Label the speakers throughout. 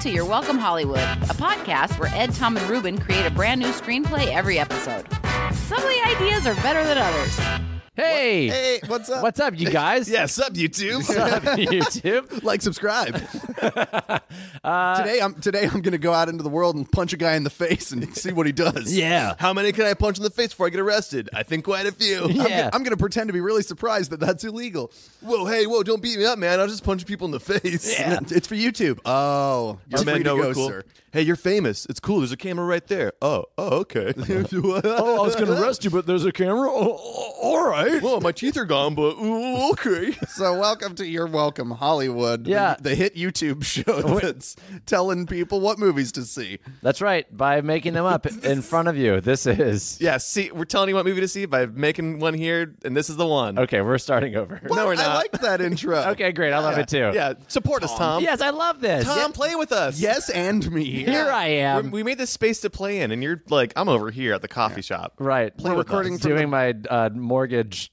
Speaker 1: to Your Welcome Hollywood, a podcast where Ed, Tom, and Ruben create a brand new screenplay every episode. Some of the ideas are better than others.
Speaker 2: Hey,
Speaker 3: Hey, what's up?
Speaker 2: what's up, you guys?
Speaker 3: Yeah, sub YouTube.
Speaker 2: What's up, YouTube?
Speaker 3: like subscribe.
Speaker 2: Uh,
Speaker 3: today I'm today I'm gonna go out into the world and punch a guy in the face and see what he does.
Speaker 2: Yeah.
Speaker 3: How many can I punch in the face before I get arrested? I think quite a few. I'm,
Speaker 2: Yeah.
Speaker 3: gonna, I'm gonna pretend to be really surprised that that's illegal. Whoa, hey, whoa! Don't beat me up, man. I'll just punch people in the face.
Speaker 2: Yeah.
Speaker 3: It's for YouTube. Oh, you're
Speaker 4: Our men
Speaker 3: free to
Speaker 4: know
Speaker 3: go,
Speaker 4: we're cool.
Speaker 3: sir.
Speaker 4: Hey, you're famous. It's cool. There's a camera right there. Oh, oh, okay.
Speaker 2: Oh, I was going to arrest you, but there's a camera. Oh, oh, all right.
Speaker 4: Whoa, my teeth are gone, but ooh, okay.
Speaker 3: So welcome to your welcome Hollywood. the-
Speaker 2: Yeah. Oh,
Speaker 3: the, hit YouTube show that's telling people what movies to see.
Speaker 2: That's right. By making them up in front of you. This is
Speaker 4: Yeah, see, we're telling you what movie to see by making one here, and this is the one.
Speaker 2: okay. We're starting over.
Speaker 3: What?
Speaker 4: we're
Speaker 3: I
Speaker 4: not.
Speaker 3: liked that intro.
Speaker 2: Okay, great. I love it too.
Speaker 4: Yeah, support us, Tom.
Speaker 2: Yes, I love this.
Speaker 4: Tom, play with us.
Speaker 3: Yes, and me.
Speaker 2: Here I am.
Speaker 4: We're- we made this space to play in, and you're like, I'm over here at the coffee shop.
Speaker 2: right.
Speaker 4: Play
Speaker 2: We're
Speaker 4: with
Speaker 2: recording
Speaker 4: us.
Speaker 2: doing my uh, mortgage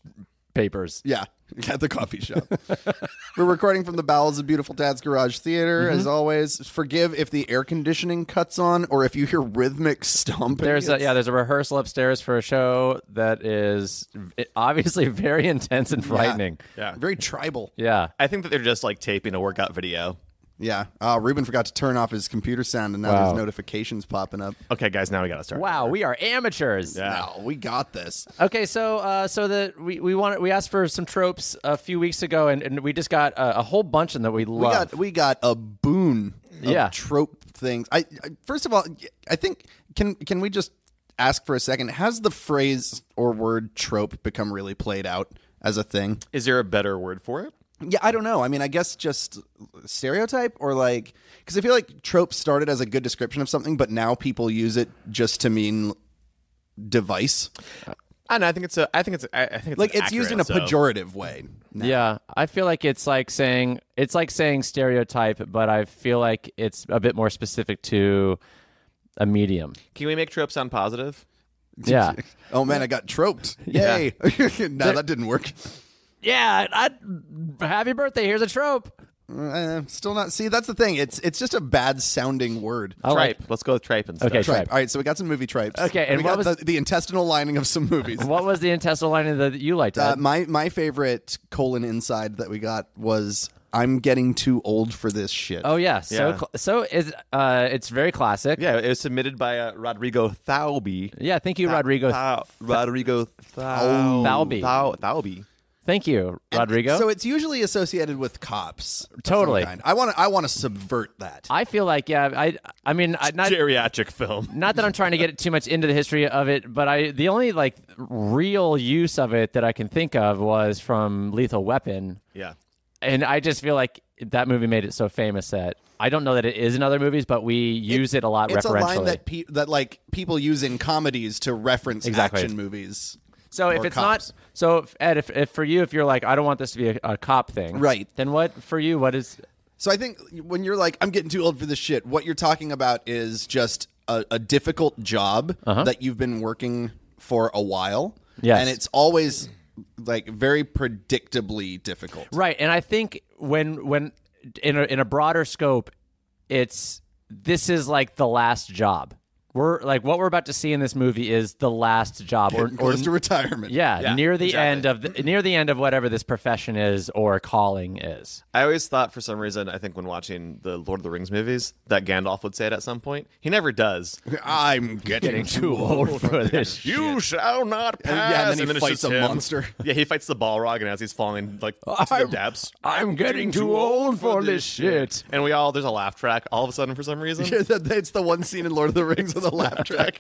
Speaker 2: papers.
Speaker 3: Yeah, at the coffee shop. We're recording from the bowels of beautiful Dad's Garage Theater.
Speaker 2: Mm-hmm.
Speaker 3: As always, forgive if the air conditioning cuts on or if you hear rhythmic stomping.
Speaker 2: There's a,
Speaker 3: It's-
Speaker 2: yeah, there's a rehearsal upstairs for a show that is obviously very intense and frightening.
Speaker 4: Yeah.
Speaker 3: very tribal.
Speaker 2: Yeah.
Speaker 4: I think that they're just like taping a workout video.
Speaker 3: Yeah, uh, Ruben forgot to turn off his computer sound, and now
Speaker 2: Wow.
Speaker 3: there's notifications popping up.
Speaker 4: Okay, guys, now we got to start.
Speaker 2: Wow, we are amateurs.
Speaker 3: No, we got this.
Speaker 2: Okay, so uh, so the we we wanted we asked for some tropes a few weeks ago, and, and we just got a, a whole bunch of them that we
Speaker 3: We
Speaker 2: love.
Speaker 3: got we got a boon of
Speaker 2: Yeah.
Speaker 3: trope things. I, I first of all, I think can can we just ask for a second? Has the phrase or word trope become really played out as a thing?
Speaker 4: Is there a better word for it?
Speaker 3: Yeah, I don't know. I mean, I guess just stereotype or like because I feel like trope started as a good description of something, but now people use it just to mean device.
Speaker 4: I don't know. I think it's a. I think it's. A, I I think it's
Speaker 3: Like
Speaker 4: an
Speaker 3: it's used in a
Speaker 4: accurate, so-
Speaker 3: pejorative way. now.
Speaker 2: yeah, I feel like it's like saying it's like saying stereotype, but I feel like it's a bit more specific to a medium.
Speaker 4: Can we make tropes sound positive?
Speaker 2: Yeah,
Speaker 3: Oh man, I got troped. Yay! no, that didn't work.
Speaker 2: yeah. I, happy birthday. Here's a trope.
Speaker 3: Uh, still not. See, that's the thing. It's it's just a bad sounding word.
Speaker 2: I like-
Speaker 4: tripe. Let's go with tripe instead.
Speaker 2: Okay,
Speaker 3: Tripe.
Speaker 2: Oh, tripe.
Speaker 3: All right, so we got some movie tripes.
Speaker 2: Okay, and
Speaker 3: we
Speaker 2: what
Speaker 3: got
Speaker 2: was-
Speaker 3: the, the intestinal lining of some movies.
Speaker 2: What was the intestinal lining that you liked?
Speaker 3: Uh,
Speaker 2: Ed?
Speaker 3: my my favorite colon inside that we got was I'm getting too old for this shit.
Speaker 2: oh yeah, so
Speaker 4: Yeah.
Speaker 2: cl- so is uh, it's very classic.
Speaker 4: Yeah, it was submitted by uh, Rodrigo Thalby.
Speaker 2: Yeah, thank
Speaker 3: Uh,
Speaker 2: you, Rodrigo.
Speaker 4: Thou- Rodrigo Thau-
Speaker 2: Thalby.
Speaker 4: Thau- Thalby.
Speaker 2: Thank you, Rodrigo.
Speaker 3: So it's usually associated with cops. of some
Speaker 2: Totally.
Speaker 3: kind. I want to. I want to subvert that.
Speaker 2: I feel like yeah, I I mean I, not
Speaker 4: Geriatric film.
Speaker 2: not that I'm trying to get too much into the history of it, but I the only like real use of it that I can think of was from Lethal Weapon,
Speaker 4: Yeah.
Speaker 2: and I just feel like that movie made it so famous that I don't know that it is in other movies, but we use it a lot
Speaker 3: it's a
Speaker 2: referentially.
Speaker 3: line that pe- that like people use in comedies to reference
Speaker 2: Exactly.
Speaker 3: action movies.
Speaker 2: so if
Speaker 3: or
Speaker 2: it's
Speaker 3: cops.
Speaker 2: not so if, Ed, if, if for you if you're like I don't want this to be a, a cop thing,
Speaker 3: Right.
Speaker 2: Then what for you? What is
Speaker 3: So I think when you're like, I'm getting too old for this shit. What you're talking about is just a, a difficult job that you've been working for a while.
Speaker 2: Uh-huh. Yes.
Speaker 3: and it's always like very predictably difficult.
Speaker 2: Right, and I think when when in a, in a broader scope, it's this is like the last job. We're like what we're about to see in this movie is the last job, or, or
Speaker 3: Close to retirement.
Speaker 2: yeah,
Speaker 4: Yeah,
Speaker 2: near the
Speaker 4: exactly.
Speaker 2: end of the, near the end of whatever this profession is or calling is.
Speaker 4: I always thought for some reason, I think when watching the Lord of the Rings movies, that Gandalf would say it at some point. He never does.
Speaker 3: I'm getting, too old.
Speaker 2: for this.
Speaker 4: You shall not pass.
Speaker 3: yeah, and then he
Speaker 4: it's
Speaker 3: fights
Speaker 4: just
Speaker 3: a
Speaker 4: him.
Speaker 3: monster.
Speaker 4: Yeah, he fights the Balrog, and as he's falling like to the
Speaker 2: I'm-
Speaker 4: depths,
Speaker 2: I'm getting too old for this shit.
Speaker 4: and we all there's a laugh track all of a sudden for some reason.
Speaker 3: it's the one scene in Lord of the Rings with a laugh track.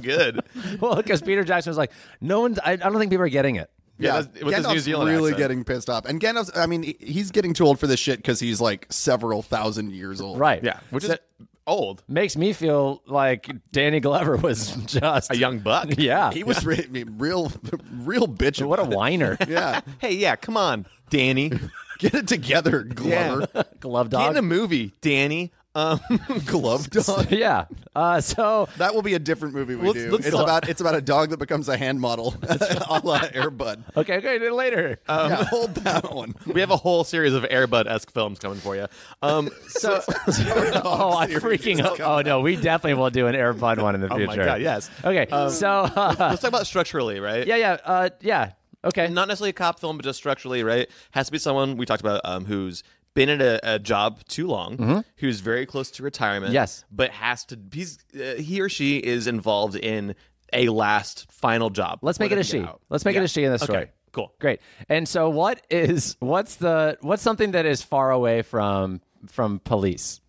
Speaker 4: good. Yeah,
Speaker 2: Well, because Peter Jackson was like, no one's. I, I don't think people are getting it.
Speaker 4: that's- with his New
Speaker 3: Gandalf's
Speaker 4: Zealand
Speaker 3: really
Speaker 4: accent.
Speaker 3: getting pissed off, and Gandalf's. I mean, he- he's getting too old for this shit because he's like several thousand years old.
Speaker 2: Right.
Speaker 4: Yeah, which
Speaker 2: So-
Speaker 4: is old.
Speaker 2: makes me feel like Danny Glover was just
Speaker 4: A young buck.
Speaker 2: Yeah.
Speaker 3: He was re- I mean, real, real bitch.
Speaker 2: What a whiner.
Speaker 3: yeah.
Speaker 4: Hey, yeah, come on, Danny.
Speaker 3: Get it together, Glover.
Speaker 2: Glove
Speaker 4: Get
Speaker 2: dog.
Speaker 4: in a movie, Danny. Um,
Speaker 3: Glove dog.
Speaker 2: yeah. Uh, so
Speaker 3: That will be a different movie we
Speaker 2: Let's-
Speaker 3: do.
Speaker 2: let's
Speaker 3: it's
Speaker 2: go.
Speaker 3: about it's about a dog that becomes a hand model, a la Airbud.
Speaker 2: okay, okay, later.
Speaker 4: Um,
Speaker 2: Uh,
Speaker 3: yeah, hold that one.
Speaker 4: We have a whole series of Airbud esque films coming for you. Um, so,
Speaker 2: oh, I'm freaking. Up. Oh no, we definitely will do an Airbud one in the
Speaker 4: Oh,
Speaker 2: future.
Speaker 4: my God, yes.
Speaker 2: Okay, so uh,
Speaker 4: let's talk about structurally, right?
Speaker 2: yeah, yeah, uh, yeah. Okay.
Speaker 4: not necessarily a cop film, but just structurally, right? Has to be someone we talked about um, who's been at a, a job too long, who's very close to retirement.
Speaker 2: Mm-hmm. Yes.
Speaker 4: but has to. He's uh, he or she is involved in a last final job.
Speaker 2: Let's make
Speaker 4: Whether
Speaker 2: it a
Speaker 4: they get
Speaker 2: she.
Speaker 4: out.
Speaker 2: Let's make it
Speaker 4: Yeah.
Speaker 2: a she in this
Speaker 4: Okay,
Speaker 2: story.
Speaker 4: cool.
Speaker 2: Great. And so what is what's the what's something that is far away from from police?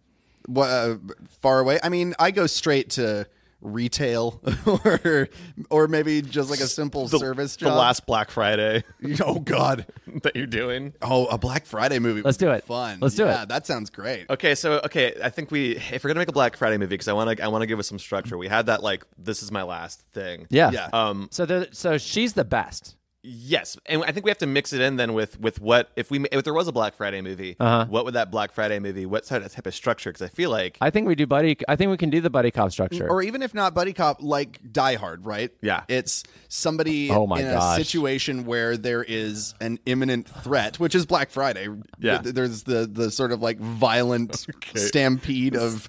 Speaker 3: Wha- uh, far away. I mean, I go straight to retail or or maybe just like a simple service
Speaker 4: The
Speaker 3: job.
Speaker 4: last Black Friday
Speaker 3: Oh God!
Speaker 4: that you're doing.
Speaker 3: Oh, a Black Friday movie.
Speaker 2: Let's do
Speaker 3: would be
Speaker 2: it.
Speaker 3: Fun.
Speaker 2: Let's do
Speaker 3: yeah,
Speaker 2: it.
Speaker 3: That sounds great.
Speaker 4: Okay, so okay, I think we if we're gonna make a Black Friday movie because I want to I want to give us some structure. We had that like this is my last thing.
Speaker 2: Mm. Yeah.
Speaker 3: Yeah.
Speaker 4: Um.
Speaker 2: So there, so she's the best.
Speaker 4: Yes, and I think we have to mix it in then with with what if we if there was a Black Friday movie, what would that Black Friday movie? What sort of type of structure? Because I feel like
Speaker 2: Uh-huh. I think we do buddy I think we can do the buddy cop structure.
Speaker 3: Or even if not buddy cop, like Die Hard, right?
Speaker 4: Yeah.
Speaker 3: It's somebody
Speaker 2: Oh my
Speaker 3: in
Speaker 2: gosh.
Speaker 3: a situation where there is an imminent threat, which is Black Friday.
Speaker 4: Yeah.
Speaker 3: Th- There's the the sort of like violent stampede of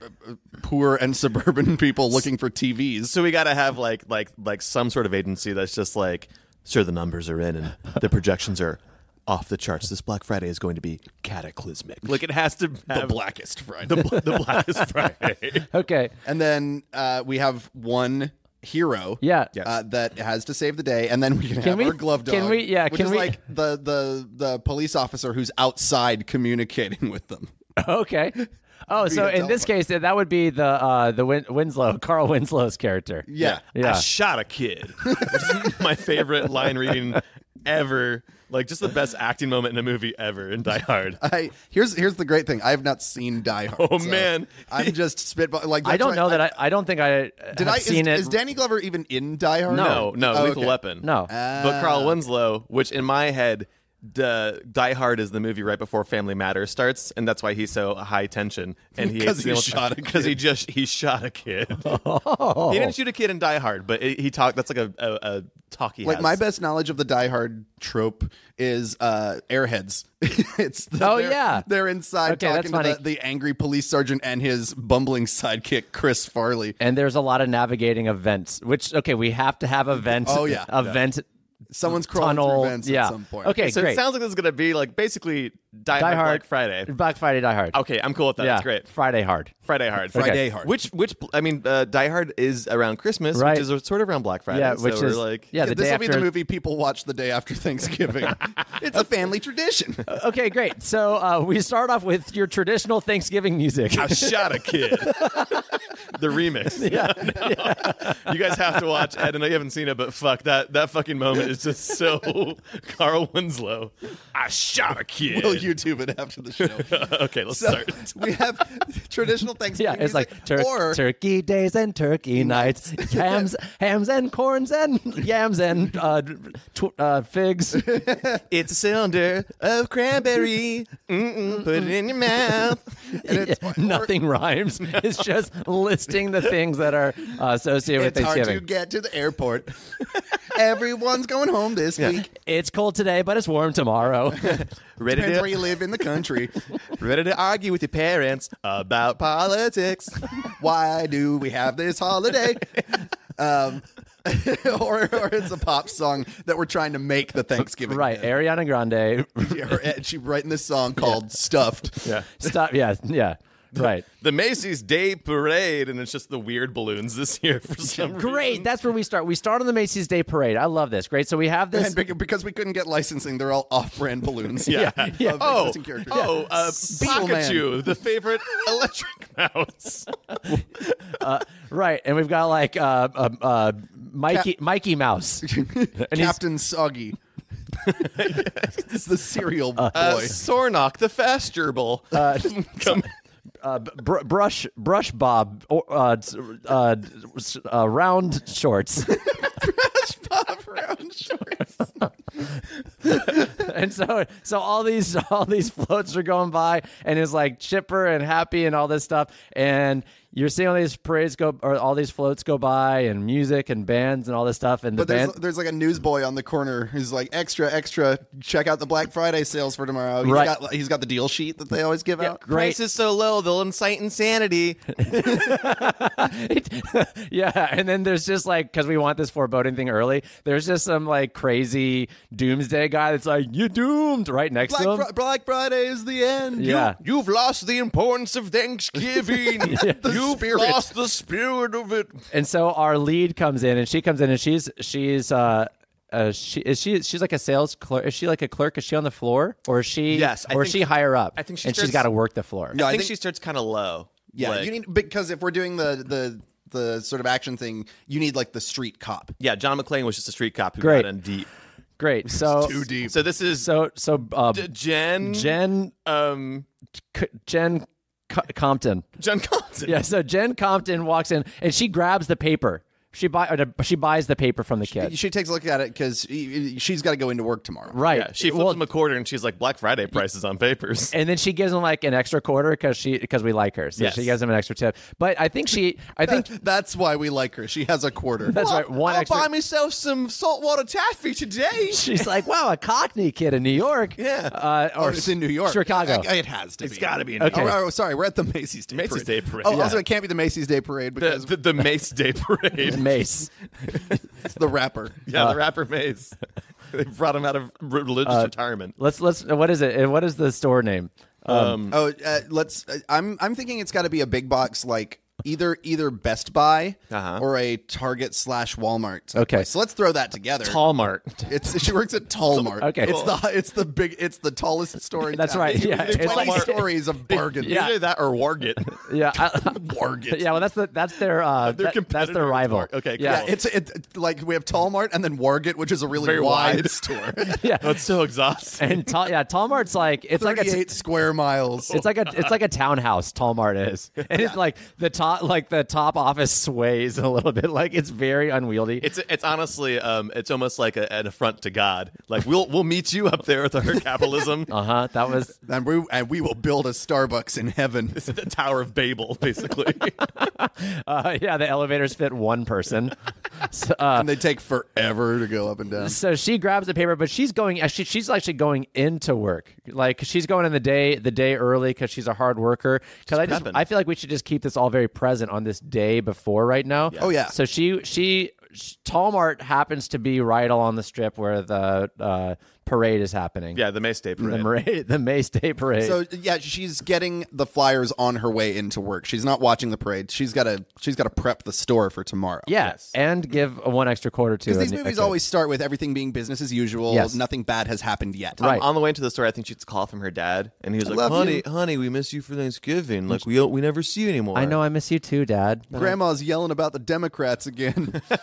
Speaker 3: uh, uh, poor and suburban people looking for TVs.
Speaker 4: so we got to have like like like some sort of agency that's just like, sure, the numbers are in and the projections are off the charts. This Black Friday is going to be cataclysmic. Like it has to
Speaker 3: the
Speaker 4: have
Speaker 3: blackest Friday.
Speaker 4: the, bl- the blackest Friday.
Speaker 2: okay.
Speaker 3: And then uh, we have one hero.
Speaker 2: Yeah.
Speaker 3: Uh, that has to save the day, and then we can, have
Speaker 2: we-
Speaker 3: our glove dog.
Speaker 2: can we- yeah,
Speaker 3: Which
Speaker 2: can
Speaker 3: is
Speaker 2: we-
Speaker 3: like the the the police officer who's outside communicating with them.
Speaker 2: Okay. Oh, so
Speaker 3: Via
Speaker 2: in this
Speaker 3: telephone.
Speaker 2: case that would be the uh the Win- Winslow, Carl Winslow's character.
Speaker 3: Yeah.
Speaker 2: Yeah.
Speaker 4: I shot a kid. Which is my favorite line reading ever. Like just the best acting moment in a movie ever in Die Hard.
Speaker 3: I here's here's the great thing. I have not seen Die Hard.
Speaker 4: Oh, man.
Speaker 3: I'm just spitball. Like
Speaker 2: I
Speaker 3: that's
Speaker 2: don't
Speaker 3: why
Speaker 2: know that I, I don't think I uh,
Speaker 3: did.
Speaker 2: have
Speaker 3: I
Speaker 2: seen
Speaker 3: is,
Speaker 2: it.
Speaker 3: is Danny Glover even in Die Hard?
Speaker 4: No, no,
Speaker 3: Oh,
Speaker 4: Lethal
Speaker 3: okay.
Speaker 4: Weapon.
Speaker 2: No.
Speaker 4: but
Speaker 3: Ah.
Speaker 4: Carl Winslow, which in my head, duh, Die Hard is the movie right before Family Matters starts, and that's why he's so high tension. And he
Speaker 3: 'Cause he shot a
Speaker 4: because he just he shot a kid.
Speaker 2: Oh.
Speaker 4: He didn't shoot a kid in Die Hard, but it, he talked. That's like a a, a talk he
Speaker 3: Like
Speaker 4: has.
Speaker 3: my best knowledge of the Die Hard trope is uh, Airheads. it's the,
Speaker 2: Oh,
Speaker 3: they're-
Speaker 2: yeah.
Speaker 3: they're inside
Speaker 2: Okay, that's
Speaker 3: talking to
Speaker 2: funny.
Speaker 3: the, the angry police sergeant and his bumbling sidekick Chris Farley.
Speaker 2: and there's a lot of navigating events, which okay, we have to have events.
Speaker 3: Oh, yeah.
Speaker 2: event
Speaker 3: Someone's crawling
Speaker 2: tunnel.
Speaker 3: through vents
Speaker 2: yeah.
Speaker 3: at some point.
Speaker 2: Okay,
Speaker 4: So
Speaker 2: great.
Speaker 4: it sounds like this is gonna be like basically
Speaker 2: Die
Speaker 4: Die, Hard,
Speaker 2: Hard
Speaker 4: Black Friday.
Speaker 2: Black Friday, Die Hard.
Speaker 4: Okay, I'm cool with that.
Speaker 2: yeah,
Speaker 4: That's great.
Speaker 2: Friday Hard.
Speaker 4: Friday Hard.
Speaker 3: Friday Hard.
Speaker 4: Which which I mean, uh, Die Hard is around Christmas,
Speaker 2: Right.
Speaker 4: which is sort of around Black Friday.
Speaker 2: Yeah,
Speaker 4: so
Speaker 2: which
Speaker 4: we're
Speaker 2: is
Speaker 4: like
Speaker 2: yeah, the
Speaker 3: this
Speaker 2: day
Speaker 3: will
Speaker 2: after.
Speaker 3: be the movie people watch the day after Thanksgiving. it's a family tradition.
Speaker 2: Okay, great. So uh, we start off with your traditional Thanksgiving music.
Speaker 4: I shot a kid. the remix. Yeah. You guys have to watch Ed. I know you haven't seen it, but fuck that that fucking moment is just so Carl Winslow. I shot a kid.
Speaker 3: We'll YouTube it after the show.
Speaker 4: okay, let's
Speaker 3: So
Speaker 4: start.
Speaker 3: we have traditional Thanksgiving
Speaker 2: Yeah, it's
Speaker 3: music,
Speaker 2: like tur-
Speaker 3: or
Speaker 2: turkey days and turkey nights, hams, hams and corns and yams and uh, tw- uh, figs.
Speaker 4: It's a cylinder of cranberry. Mm-mm, put it in your mouth.
Speaker 2: Nothing rhymes. It's just listing the things that are uh, associated
Speaker 3: it's
Speaker 2: with
Speaker 3: hard
Speaker 2: Thanksgiving.
Speaker 3: to get to the airport. Everyone's going home this week.
Speaker 2: It's cold today, but it's warm tomorrow.
Speaker 4: Ready
Speaker 3: Depends where
Speaker 4: to,
Speaker 3: you live in the country.
Speaker 4: ready to argue with your parents about politics.
Speaker 3: Why do we have this holiday? Um, or, or it's a pop song that we're trying to make the Thanksgiving.
Speaker 2: right, Ariana Grande.
Speaker 3: Yeah, her- and she writing this song called "Stuffed."
Speaker 4: Yeah.
Speaker 2: Stop. Yeah, yeah. Right.
Speaker 4: The Macy's Day Parade, and it's just the weird balloons this year for some reason.
Speaker 2: Great. That's where we start. We start on the Macy's Day Parade. I love this. Great. So we have this.
Speaker 3: And bec- because we couldn't get licensing, they're all off-brand balloons.
Speaker 4: Yeah.
Speaker 2: yeah.
Speaker 3: Of
Speaker 4: Oh,
Speaker 3: existing characters.
Speaker 4: oh, uh,
Speaker 3: Beetle Man.
Speaker 4: Pikachu, the favorite electric mouse.
Speaker 2: Right, and we've got like uh, uh, uh, Mikey Mikey Mouse, and he's
Speaker 3: Captain Soggy. it's the cereal boy.
Speaker 4: Uh, Sornok, the fast gerbil. Come-
Speaker 2: uh, br- brush brush Bob or, uh, s- uh, s- uh, round shorts,
Speaker 3: Pop Round Shorts.
Speaker 2: and so so all these all these floats are going by, and it's like chipper and happy and all this stuff, and you're seeing all these parades go or all these floats go by, and music and bands and all this stuff, and the
Speaker 3: But there's,
Speaker 2: band.
Speaker 3: there's like a newsboy on the corner who's like, extra, extra, check out the Black Friday sales for tomorrow. He's
Speaker 2: Right.
Speaker 3: got he's got the deal sheet that they always give out.
Speaker 2: Great.
Speaker 4: Price is so low, they'll incite insanity.
Speaker 2: yeah, and then there's just like because we want this foreboding thing early. There's just some like crazy doomsday guy that's like, "You doomed!" right next to
Speaker 3: Black,
Speaker 2: him.
Speaker 3: Fri- Black Friday is the end.
Speaker 2: yeah,
Speaker 4: You've lost the importance of Thanksgiving. You've
Speaker 3: spirit.
Speaker 4: lost the spirit of it.
Speaker 2: and so our lead comes in and she comes in and she's she's uh uh, she is she she's like a sales clerk. Is she like a clerk? Is she on the floor or is she?
Speaker 4: Yes, I
Speaker 2: or
Speaker 4: think-
Speaker 2: is she higher up?
Speaker 4: I think she
Speaker 2: and she's
Speaker 4: starts-
Speaker 2: got to work the floor.
Speaker 3: No,
Speaker 4: I,
Speaker 3: I
Speaker 4: think,
Speaker 3: think-
Speaker 4: she starts kind of low.
Speaker 3: Yeah,
Speaker 4: Like-
Speaker 3: you need because if we're doing the the the sort of action thing, you need like the street cop.
Speaker 4: yeah, John McClane was just a street cop who
Speaker 2: Great.
Speaker 4: got in deep.
Speaker 2: Great. So
Speaker 4: Oh, deep. So this is
Speaker 2: so so uh,
Speaker 4: D- Jen.
Speaker 2: Jen
Speaker 4: Um,
Speaker 2: C- Jen C- Compton.
Speaker 4: Jen Compton.
Speaker 2: Yeah. So Jen Compton walks in and she grabs the paper. She buy or the- she buys the paper from the kid.
Speaker 3: She takes a look at it because she's got to go into work tomorrow.
Speaker 2: right.
Speaker 4: Yeah, she flips
Speaker 2: Well,
Speaker 4: him a quarter and she's like, Black Friday prices on papers.
Speaker 2: and then she gives him like an extra quarter because she because we like her, so
Speaker 4: Yes.
Speaker 2: she gives him an extra tip. But I think she, I think
Speaker 3: That's why we like her. She has a quarter.
Speaker 2: that's right. One extra.
Speaker 4: myself some saltwater taffy today.
Speaker 2: She's like, wow, a Cockney kid in New York.
Speaker 4: Yeah.
Speaker 2: Uh, or
Speaker 3: Oh, it's in New York,
Speaker 2: Chicago.
Speaker 3: I- it has to.
Speaker 4: It's
Speaker 3: be.
Speaker 4: got to be. in
Speaker 2: Okay.
Speaker 4: New York.
Speaker 3: Oh, oh, sorry, we're at the Macy's Day
Speaker 4: Macy's
Speaker 3: Parade.
Speaker 4: Day Parade,
Speaker 3: Oh,
Speaker 4: yeah.
Speaker 3: also, it can't be the Macy's Day Parade
Speaker 4: The,
Speaker 3: because
Speaker 4: the, the Mace Day Parade.
Speaker 2: Mace.
Speaker 3: it's the rapper.
Speaker 4: Yeah, the rapper Mace. they brought him out of religious retirement.
Speaker 2: Let's let's. What is it? And What is the store name?
Speaker 3: Oh, uh, let's. Uh, I'm I'm thinking it's got to be a big box like. Either either Best Buy
Speaker 4: Uh-huh.
Speaker 3: or a Target slash Walmart.
Speaker 2: Okay.
Speaker 3: so let's throw that together.
Speaker 4: Hallmark.
Speaker 3: It's she works at Tallmart.
Speaker 2: Okay.
Speaker 3: it's the it's the big it's the tallest store. in
Speaker 2: That's
Speaker 3: town.
Speaker 2: right, yeah.
Speaker 3: There's
Speaker 2: It's
Speaker 3: twenty
Speaker 2: like-
Speaker 3: stories of bargains.
Speaker 2: Yeah.
Speaker 4: Either that or Wargit.
Speaker 2: Yeah. I-
Speaker 3: bargains.
Speaker 2: yeah. Well, that's the that's their uh,
Speaker 4: Their
Speaker 2: that- that's
Speaker 4: competitor
Speaker 2: their
Speaker 4: is
Speaker 2: rival.
Speaker 4: Mark. Okay,
Speaker 2: Yeah.
Speaker 4: cool.
Speaker 3: It's it, like we have Tallmart and then Wargit, which is a really
Speaker 4: Very
Speaker 3: wide,
Speaker 4: wide.
Speaker 3: store.
Speaker 2: Yeah.
Speaker 4: That's so exhausting.
Speaker 2: And Tal- yeah, Talmart's like it's like a
Speaker 3: Thirty-eight square miles.
Speaker 2: It's like a it's like a townhouse. Talmart is, and it's like the top like the top office sways a little bit. Like it's very unwieldy.
Speaker 4: It's it's honestly um it's almost like a, an affront to God. Like we'll we'll meet you up there with our capitalism,
Speaker 2: uh huh. That was
Speaker 3: and we and we will build a Starbucks in heaven.
Speaker 4: It's the Tower of Babel, basically.
Speaker 2: uh, yeah. The elevators fit one person. So, uh,
Speaker 3: and they take forever to go up and down.
Speaker 2: so she grabs the paper, but she's going. She, she's actually going into work. Like she's going in the day the day early because she's a hard worker. Because I just
Speaker 4: prepping.
Speaker 2: I feel like we should just keep this all very present on this day before right now.
Speaker 3: Oh, yeah.
Speaker 2: So she she sh- Talmart happens to be right along the strip where the uh, parade is happening.
Speaker 4: yeah, the Mace Day
Speaker 2: The,
Speaker 4: Parade.
Speaker 2: parade, the May State Parade.
Speaker 3: So yeah, she's getting the flyers on her way into work. She's not watching the parade. She's got to she's got to prep the store for tomorrow.
Speaker 2: yeah,
Speaker 4: Yes.
Speaker 2: and give a one extra quarter to.
Speaker 3: Because these
Speaker 2: a-
Speaker 3: movies
Speaker 2: a-
Speaker 3: always start with everything being business as usual.
Speaker 2: Yes.
Speaker 3: Nothing bad has happened yet.
Speaker 2: Right.
Speaker 4: On the way into the store, I think she gets a call from her dad, and he was like,
Speaker 3: love
Speaker 4: "Honey,
Speaker 3: you."
Speaker 4: honey, we miss you for Thanksgiving. Like we don't- we never see you anymore."
Speaker 2: I know. I miss you too, Dad.
Speaker 3: Grandma's yelling about the Democrats again.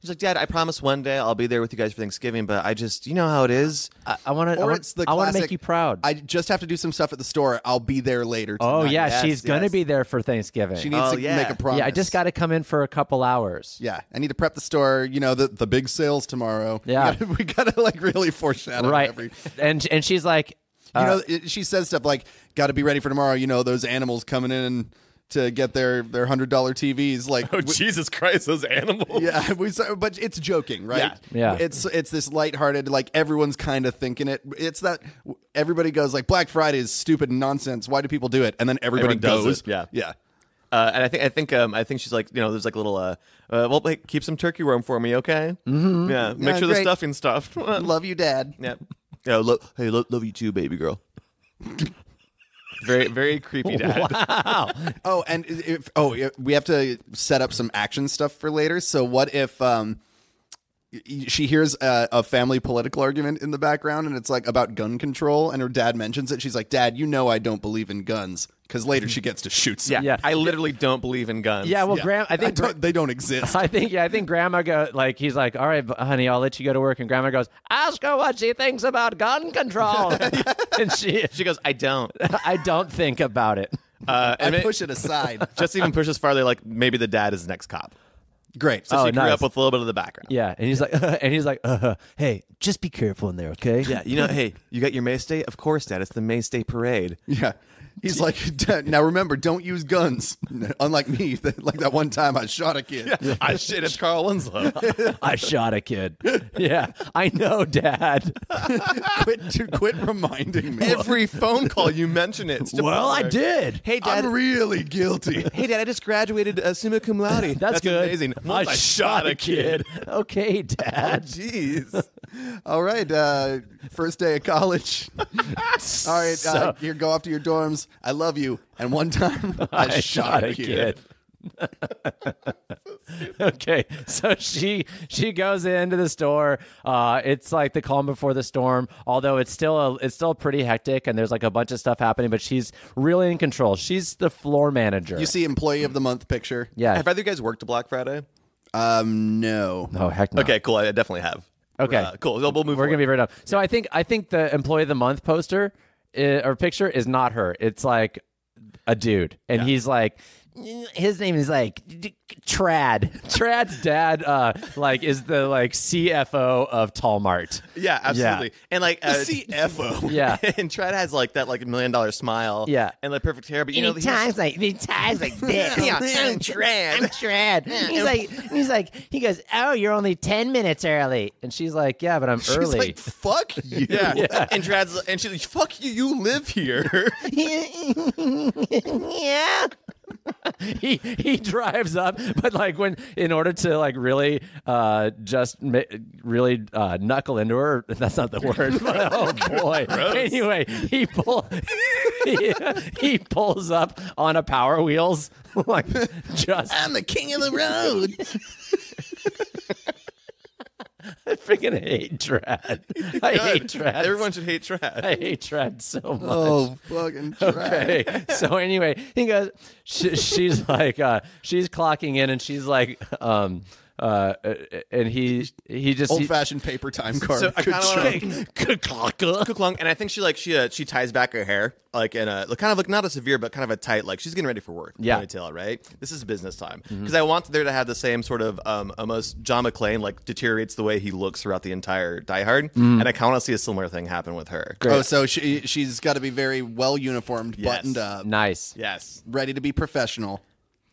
Speaker 4: He's like, "Dad, I promise one day I'll be there with you guys for Thanksgiving, but I just, you know how it is."
Speaker 2: I, I want to.
Speaker 3: or it's the
Speaker 2: I want to
Speaker 3: classic,
Speaker 2: make you proud.
Speaker 3: I just have to do some stuff at the store. I'll be there later.
Speaker 2: oh
Speaker 3: tonight."
Speaker 2: yeah,
Speaker 4: yes,
Speaker 2: she's gonna
Speaker 4: yes.
Speaker 2: be there for Thanksgiving. Uh,
Speaker 3: She needs
Speaker 4: Oh,
Speaker 3: to
Speaker 4: yeah.
Speaker 3: make a promise.
Speaker 2: Yeah, I just got to come in for a couple hours.
Speaker 3: Yeah, I need to prep the store. You know, the, the big sales tomorrow. We
Speaker 2: Yeah.
Speaker 3: gotta- we gotta, like really foreshadow
Speaker 2: Right.
Speaker 3: every. You
Speaker 2: And and she's like, uh,
Speaker 4: Uh,
Speaker 3: know, it, she says stuff like, "Got to be ready for tomorrow." You know, those animals coming in to get their their hundred dollar TVs. Like,
Speaker 4: Oh
Speaker 3: we-
Speaker 4: Jesus Christ, those animals!
Speaker 3: yeah, we. saw- But it's joking, right?
Speaker 2: Yeah. Yeah.
Speaker 3: It's it's this lighthearted, like everyone's kind of thinking it. It's that everybody goes like Black Friday is stupid nonsense. Why do people do it? And then everybody
Speaker 4: Everyone does
Speaker 3: goes.
Speaker 4: it, yeah.
Speaker 3: yeah.
Speaker 4: Uh, and I think I think um, I think she's like, you know, there's like a little, uh, uh well, like, keep some turkey warm for me, okay? Mm-hmm. Yeah, make
Speaker 3: Yeah,
Speaker 4: sure the
Speaker 3: great.
Speaker 4: stuffing's stuffed.
Speaker 3: Love you, Dad.
Speaker 4: yeah, yeah. Lo- hey, lo- love you too, baby girl. very very creepy dad.
Speaker 3: Oh, and if oh, yeah, we have to set up some action stuff for later. So what if um y- y- she hears a, a family political argument in the background and it's like about gun control and her dad mentions it. She's like, "Dad, you know I don't believe in guns." Cuz later she gets to shoot
Speaker 4: Yeah.
Speaker 3: some.
Speaker 2: Yeah.
Speaker 4: I literally don't believe in guns.
Speaker 2: yeah, well, Graham, I think.
Speaker 3: don't, they don't exist.
Speaker 2: I think yeah, I think Grandma go like he's like, all right, b- honey, I'll let you go to work, and Grandma goes, ask her what she thinks about gun control, and she,
Speaker 4: She goes, I don't.
Speaker 2: I don't think about it.
Speaker 4: Uh,
Speaker 3: I
Speaker 4: and it-
Speaker 3: push it aside.
Speaker 4: just even pushes farther, like maybe the dad is the next cop.
Speaker 3: Great.
Speaker 4: So
Speaker 2: Oh,
Speaker 4: she grew
Speaker 2: nice.
Speaker 4: up with a little bit of the background.
Speaker 2: Yeah, and he's like, and he's like, uh, hey, just be careful in there, okay?
Speaker 4: Yeah, you know, hey, you got your May Day? Of course, Dad. It's the May Day parade.
Speaker 3: yeah. He's like, "Dad, now remember, don't use guns. Unlike me, that- like that one time I shot a kid.
Speaker 4: I shit, it's Carl Winslow.
Speaker 2: I shot a kid. yeah, I know, Dad.
Speaker 3: Quit, to quit reminding me.
Speaker 4: Every phone call you mention it.
Speaker 2: well, I did.
Speaker 4: Hey, Dad.
Speaker 3: I'm really guilty.
Speaker 4: hey, Dad. I just graduated uh, summa cum laude. That's,
Speaker 2: good.
Speaker 4: amazing.
Speaker 2: I,
Speaker 4: Once
Speaker 2: shot, a kid. okay, Dad.
Speaker 3: Jeez. All right. Uh, first day of college. All right. uh, here, go off to your dorms. I love you. And one time I, shot, a kid.
Speaker 2: okay, so she she goes into the store. Uh, it's like the calm before the storm. Although it's still a, it's still pretty hectic, and there's like a bunch of stuff happening. But she's really in control. She's the floor manager.
Speaker 3: You see employee of the month picture?
Speaker 2: yeah.
Speaker 4: Have either of you guys worked a Black Friday?
Speaker 3: Um, no.
Speaker 2: oh heck no.
Speaker 4: Okay, cool. I definitely have.
Speaker 2: Okay.
Speaker 4: Uh, cool. We'll we'll move
Speaker 2: We're gonna be
Speaker 4: forward.
Speaker 2: right up. So I think I think the employee of the month poster uh, or picture is not her. It's like a dude, and he's like. His name is like D- Trad. Trad's dad, uh, like, is the like CFO of Tallmart.
Speaker 4: Yeah, absolutely. And like uh,
Speaker 3: CFO.
Speaker 2: Yeah,
Speaker 4: and Trad has like that like million dollar smile.
Speaker 2: Yeah.
Speaker 4: And like perfect hair, but you know he's-
Speaker 2: like he times like this.
Speaker 4: Yeah, I'm Trad.
Speaker 2: I'm Trad. He's like he's like he goes, oh, you're only ten minutes early, and she's like, yeah, but I'm
Speaker 3: She's
Speaker 2: early.
Speaker 3: like, fuck you.
Speaker 4: Yeah. And Trad's and she's like, fuck you, you live here.
Speaker 2: yeah. he he drives up, but like when in order to like really uh just ma- really uh knuckle into her. That's not the word. but oh boy. Anyway, he pull. he, he pulls up on a power wheels like just
Speaker 3: I'm the king of the road.
Speaker 2: I freaking hate Trad. I hate Trad.
Speaker 4: Everyone should hate Trad.
Speaker 2: I hate Trad so much.
Speaker 3: oh, fucking trash.
Speaker 2: Okay. so anyway, he goes. She, she's like, uh, she's clocking in, and she's like, um, uh, uh, and he, he just.
Speaker 3: Old
Speaker 2: he-
Speaker 3: fashioned paper time card.
Speaker 4: So I
Speaker 3: Good
Speaker 4: kinda
Speaker 3: job.
Speaker 4: wanna- Kuklung, and I think she like she uh, she ties back her hair like in a like, kind of like not a severe but kind of a tight like she's getting ready for work.
Speaker 2: Yeah.
Speaker 4: ponytail, right? This is business time
Speaker 3: Mm-hmm.
Speaker 4: because I want there to have the same sort of um almost John McClane like deteriorates the way he looks throughout the entire Die Hard,
Speaker 3: Mm-hmm.
Speaker 4: and I kind of want to see a similar thing happen with her.
Speaker 3: Oh, so she, she's got to be very well uniformed, buttoned up,
Speaker 2: nice.
Speaker 4: Yes,
Speaker 3: ready to be professional.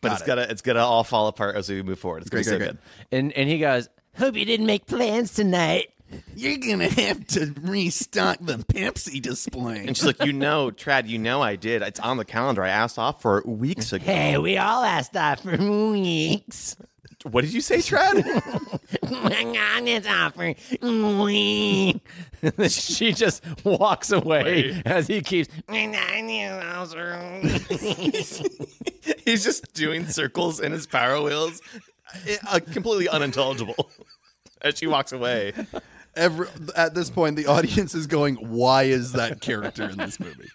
Speaker 4: but it's gonna it's gonna all fall apart as we move forward. It's gonna
Speaker 3: Great,
Speaker 4: be
Speaker 3: great,
Speaker 4: so good.
Speaker 2: And and he goes. Hope you didn't make plans tonight.
Speaker 3: You're going to have to restock the Pepsi display.
Speaker 4: And she's like, you know, Trad, you know, I did. It's on the calendar. I asked off for it weeks ago.
Speaker 2: Hey, we all asked off for weeks.
Speaker 4: What did you say, Trad?
Speaker 2: Honest offer. she just walks away as he keeps.
Speaker 4: He's just doing circles in his power wheels, uh, completely unintelligible. As she walks away,
Speaker 3: Every, at this point, the audience is going, why is that character in this movie?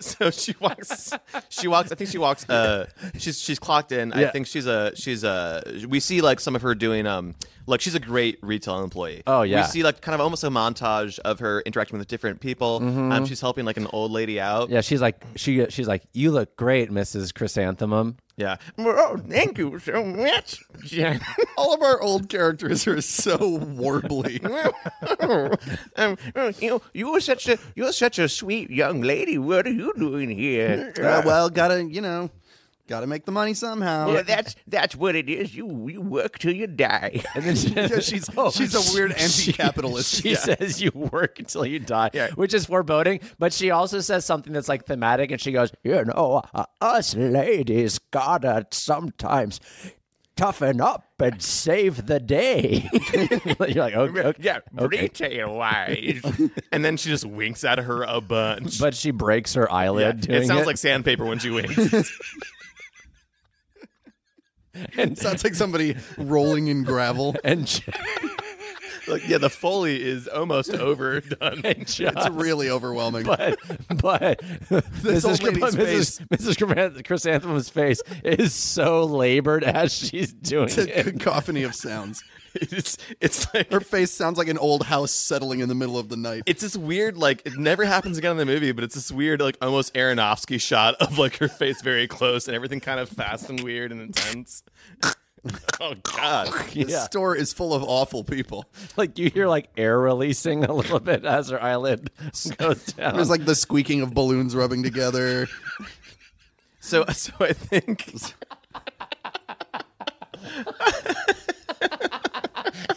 Speaker 4: so she walks. She walks. I think she walks. Uh, she's she's clocked in. I
Speaker 2: Yeah.
Speaker 4: think she's a she's a. We see like some of her doing um like she's a great retail employee.
Speaker 2: Oh, yeah.
Speaker 4: We see like kind of almost a montage of her interacting with different people. Um, she's helping like an old lady out.
Speaker 2: Mm-hmm. Yeah, she's like she she's like you look great, Mrs. Chrysanthemum.
Speaker 4: Yeah. Oh, thank you so much. Yeah.
Speaker 3: All of our old characters are so warbly.
Speaker 5: um, you, you are such a you're such a sweet young lady. What are you doing here?
Speaker 3: Uh, well, gotta, you know, gotta make the money somehow.
Speaker 5: Well, that's that's what it is. You you work till you die.
Speaker 2: And then she, Oh,
Speaker 3: Yeah, she's she's a weird anti-capitalist.
Speaker 2: She
Speaker 3: Yeah.
Speaker 2: says you work until you die, which is foreboding. But she also says something that's like thematic, and she goes, "You know, uh, us ladies gotta sometimes toughen up and save the day." You're like, okay, okay.
Speaker 5: yeah, retail wise.
Speaker 4: and then she just winks at her a bunch.
Speaker 2: but she breaks her
Speaker 4: Yeah,
Speaker 2: eyelid. doing
Speaker 4: it sounds like sandpaper when she winks.
Speaker 3: Sounds like somebody rolling in gravel.
Speaker 2: and she-
Speaker 4: Like, yeah, the foley is almost overdone.
Speaker 2: and she-
Speaker 3: It's really overwhelming.
Speaker 2: but but Mrs.
Speaker 3: old
Speaker 2: Chry-
Speaker 3: lady's
Speaker 2: Mrs. Mrs. Chrysan- Chrysanthemum's face is so labored as she's doing
Speaker 3: It's a
Speaker 2: it.
Speaker 3: cacophony of sounds.
Speaker 4: It's it's like
Speaker 3: Her face sounds like an old house settling in the middle of the night.
Speaker 4: it's this weird like it never happens again in the movie, but it's this weird like almost Aronofsky shot of like her face very close and everything kind of fast and weird and intense. Oh God.
Speaker 3: This
Speaker 2: Yeah.
Speaker 3: store is full of awful people.
Speaker 2: Like you hear like air releasing a little bit as her eyelid goes down.
Speaker 3: There's like the squeaking of balloons rubbing together.
Speaker 4: So so I think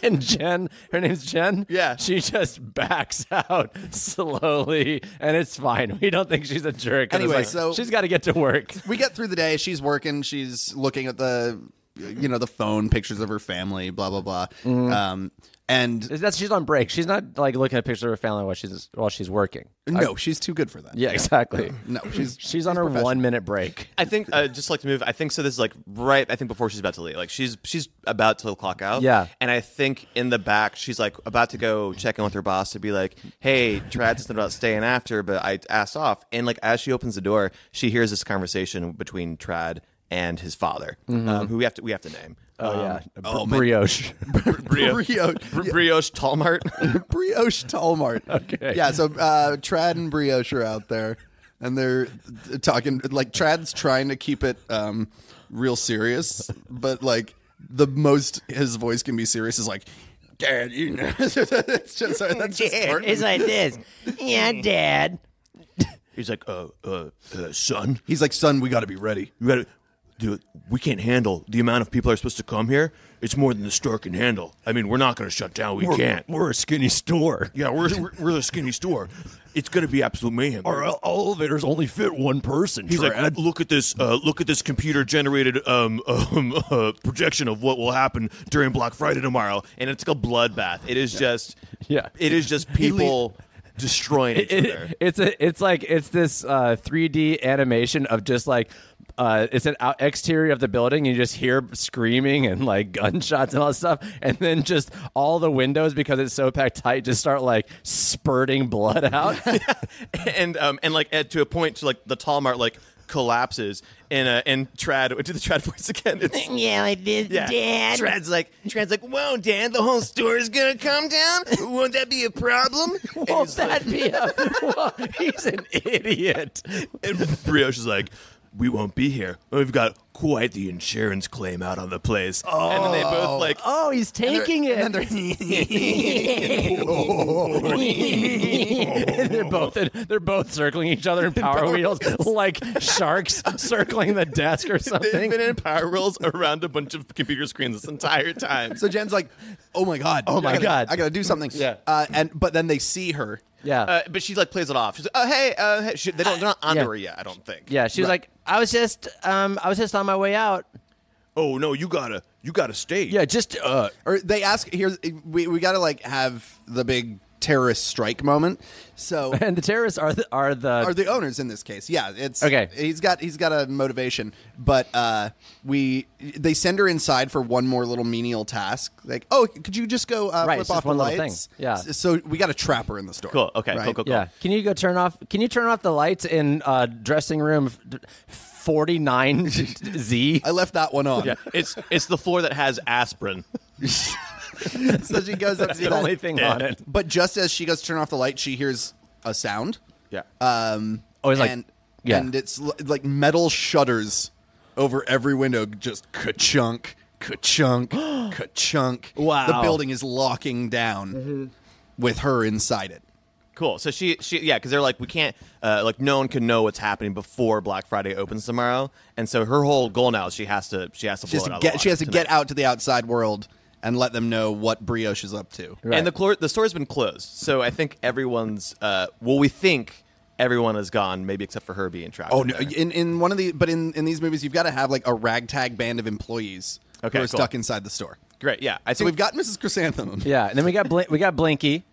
Speaker 2: and Jen, her name's Jen.
Speaker 4: Yeah.
Speaker 2: she just backs out slowly, and it's fine. We don't think she's a jerk. And it's
Speaker 3: Anyway,
Speaker 2: like,
Speaker 3: so-
Speaker 2: she's got to get to work.
Speaker 3: We get through the day. She's working. She's looking at the, you know, the phone pictures of her family. Blah blah blah.
Speaker 2: Mm-hmm.
Speaker 3: Um, and
Speaker 2: That's she's on break. She's not like looking at pictures of her family while she's while she's working.
Speaker 3: no, she's too good for that.
Speaker 2: Yeah, exactly.
Speaker 3: No, she's
Speaker 2: She's on her
Speaker 3: professional.
Speaker 2: one minute break.
Speaker 4: I think uh, just like to move. I think so. This is like right. I think before she's about to leave. Like she's she's about to clock out.
Speaker 2: Yeah.
Speaker 4: And I think in the back she's like about to go check in with her boss to be like, "Hey, Trad something about staying after, but I asked off." And like as she opens the door, she hears this conversation between Trad and his father, um, who we have to we have to name.
Speaker 2: Mm-hmm.
Speaker 4: Um,
Speaker 2: Oh yeah,
Speaker 3: oh, man.
Speaker 2: brioche.
Speaker 4: Brioche,
Speaker 3: Brioche,
Speaker 4: Bri- Brioche Talmart.
Speaker 3: brioche Talmart.
Speaker 2: Okay.
Speaker 3: Yeah, so uh, Trad and Brioche are out there, and they're talking like Trad's trying to keep it um, real serious, but like the most his voice can be serious is like, Dad, you know, it's just that's just Martin.
Speaker 2: like this. Yeah, Dad.
Speaker 4: He's like, uh, uh, uh, "Son,
Speaker 3: He's like, son, we got to be ready.
Speaker 4: you gotta dude, we can't handle the amount of people are supposed to come here it's more than the store can handle i mean we're not gonna shut down we can't
Speaker 2: We're a skinny store.
Speaker 4: yeah we're, we're, we're the skinny store it's gonna be absolute mayhem
Speaker 2: Our elevators only fit one person.
Speaker 4: He's like, look at this, uh, look at this computer-generated um, um, uh, projection of what will happen during Black Friday tomorrow, and it's like a bloodbath. It is just,
Speaker 2: Yeah.
Speaker 4: it is just people destroying each
Speaker 2: It-
Speaker 4: other.
Speaker 2: it's a, it's like it's this uh, 3D animation of just like uh, it's an out- exterior of the building. You just hear screaming and like gunshots and all that stuff, and then just all the windows because it's so packed tight just start like spurting blood out.
Speaker 4: and um, and like at, to a point to like the tall mart like collapses and uh, and Trad do the Trad voice again. It's,
Speaker 5: Yeah, I did,
Speaker 4: yeah, Trad's like Trad's like, whoa, Dad, the whole store is gonna come down. Won't that be a problem? And
Speaker 2: Won't
Speaker 4: he's like-
Speaker 2: that be a? Whoa, he's an idiot.
Speaker 4: and Brioche is like. We won't be here. We've got quite the insurance claim out on the place. Oh. And then they both like
Speaker 2: Oh, he's taking it.
Speaker 3: And
Speaker 2: they're both they're both circling each other in power, wheels like sharks circling the desk or
Speaker 4: they've
Speaker 2: something.
Speaker 4: been in power rolls around a bunch of computer screens this entire time.
Speaker 3: so Jen's like, oh my god, oh
Speaker 2: my
Speaker 3: I gotta,
Speaker 2: God.
Speaker 3: I gotta do something.
Speaker 2: Yeah.
Speaker 3: uh, and but then they see her.
Speaker 2: Yeah.
Speaker 4: Uh, but she like plays it off. She's like, "Oh hey, uh, hey. She, they don't, they're not onto
Speaker 2: Yeah.
Speaker 4: her yet. I don't think."
Speaker 2: Yeah, she was like, I was just, um, I was just on my way out.
Speaker 4: Oh no, you gotta, you gotta stay.
Speaker 2: Yeah, just, uh,
Speaker 3: or they ask here's we, we gotta like have the big terrorist strike moment so
Speaker 2: and the terrorists are the, are the,
Speaker 3: are the owners in this case yeah it's
Speaker 2: Okay.
Speaker 3: he's got he's got a motivation but uh we they send her inside for one more little menial task like oh could you just go uh,
Speaker 2: Right,
Speaker 3: flip
Speaker 2: it's just
Speaker 3: off the
Speaker 2: one little
Speaker 3: lights
Speaker 2: thing. Yeah.
Speaker 3: S- so we got to trap her in the store
Speaker 4: Cool. Okay.
Speaker 3: right?
Speaker 4: Cool. Cool. Cool.
Speaker 2: yeah. Can you go turn off? Can you turn off the lights in uh, dressing room forty nine Z?
Speaker 3: I left that one on.
Speaker 4: Yeah, it's it's the floor that has aspirin.
Speaker 3: so she goes up to
Speaker 2: The
Speaker 3: that-
Speaker 2: only thing on it.
Speaker 3: But just as she goes to turn off the light, she hears a sound.
Speaker 4: Yeah.
Speaker 3: Um,
Speaker 2: Oh, it's like-
Speaker 3: and,
Speaker 2: yeah.
Speaker 3: and it's l- like metal shutters over every window, just ka-chunk, ka-chunk, ka-chunk.
Speaker 2: Wow. Mm-hmm.
Speaker 3: The building is locking down with her inside it.
Speaker 4: cool. So she she yeah, because they're like we can't uh, like no one can know what's happening before Black Friday opens tomorrow, and so her whole goal now is she has to she has to
Speaker 3: She
Speaker 4: blow
Speaker 3: has
Speaker 4: it out
Speaker 3: to
Speaker 4: of the
Speaker 3: get, she
Speaker 4: water
Speaker 3: has to
Speaker 4: tonight.
Speaker 3: get out to the outside world and let them know what brioche is up to.
Speaker 2: Right.
Speaker 4: And the clor- the store's been closed, so I think everyone's uh, well, we think everyone is gone, maybe except for her being trapped.
Speaker 3: Oh
Speaker 4: in
Speaker 3: no!
Speaker 4: there.
Speaker 3: In in one of the but in in these movies, you've got to have like a ragtag band of employees
Speaker 4: Okay,
Speaker 3: who are
Speaker 4: cool.
Speaker 3: stuck inside the store.
Speaker 4: great, yeah. I think
Speaker 3: So we've got Mrs. Chrysanthemum.
Speaker 2: Yeah, and then we got Blin- we got Blinky,